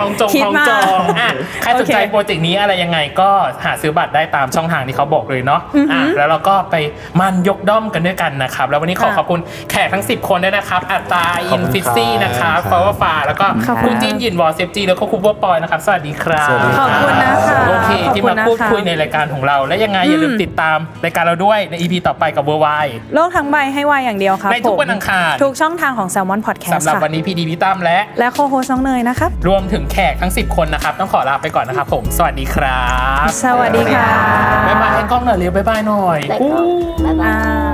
[SPEAKER 4] คลองจง
[SPEAKER 3] คิด
[SPEAKER 4] คลอง
[SPEAKER 3] มา
[SPEAKER 4] จองอ่ะใครสนใจโปรเจกต์นี้อะไรยังไงก็หาซื้อบัตรได้ตามช่องทางที่เขาบอกเลยเนาะอ่ะแล้วเราก็ไปมันยกด้อมกันด้วยกันนะครับ แล้ววันนี้ขอขอบคุณแขกทั้ง 10 คนด้วยนะครับ อัตตาอินฟิซซี่นะครับฟาวฟ้าแล้วก็
[SPEAKER 3] ขอบคุณ
[SPEAKER 4] คุณจีนหยินวอลเซฟจีแล้วก็คุณบัวปอยนะครับ สวัสดีครับ
[SPEAKER 3] ขอบคุณนะคะ
[SPEAKER 4] โอเคที่มาพูด
[SPEAKER 3] ขอบณะะ
[SPEAKER 4] คุยในรายการของเรา และยังไงอย่าลืม
[SPEAKER 3] อืม
[SPEAKER 4] ติดตามรายการเราด้วยใน EP ต่อไปกับเวอร์ไว
[SPEAKER 3] โลกทั้งใบให้วายอย่างเดียวครับ
[SPEAKER 4] ในทุก
[SPEAKER 3] ผม
[SPEAKER 4] วันอังคาร
[SPEAKER 3] ทุกช่องทางของ Salmon Podcast
[SPEAKER 4] สำหรับ
[SPEAKER 3] ค่ะ
[SPEAKER 4] วันนี้พีดีพิตั้มและ
[SPEAKER 3] และโคโฮซน้องเนยนะครับ
[SPEAKER 4] รวมถึงแขกทั้ง 10 คนนะครับ ต้องขอลาไปก่อนนะครับผม สวัสดีครับ
[SPEAKER 3] สวัสดีค่ะ
[SPEAKER 4] บ๊ายบายให้กล้องหน่อยเร็วบ๊ายบายหน่อย
[SPEAKER 3] บ๊ายบาย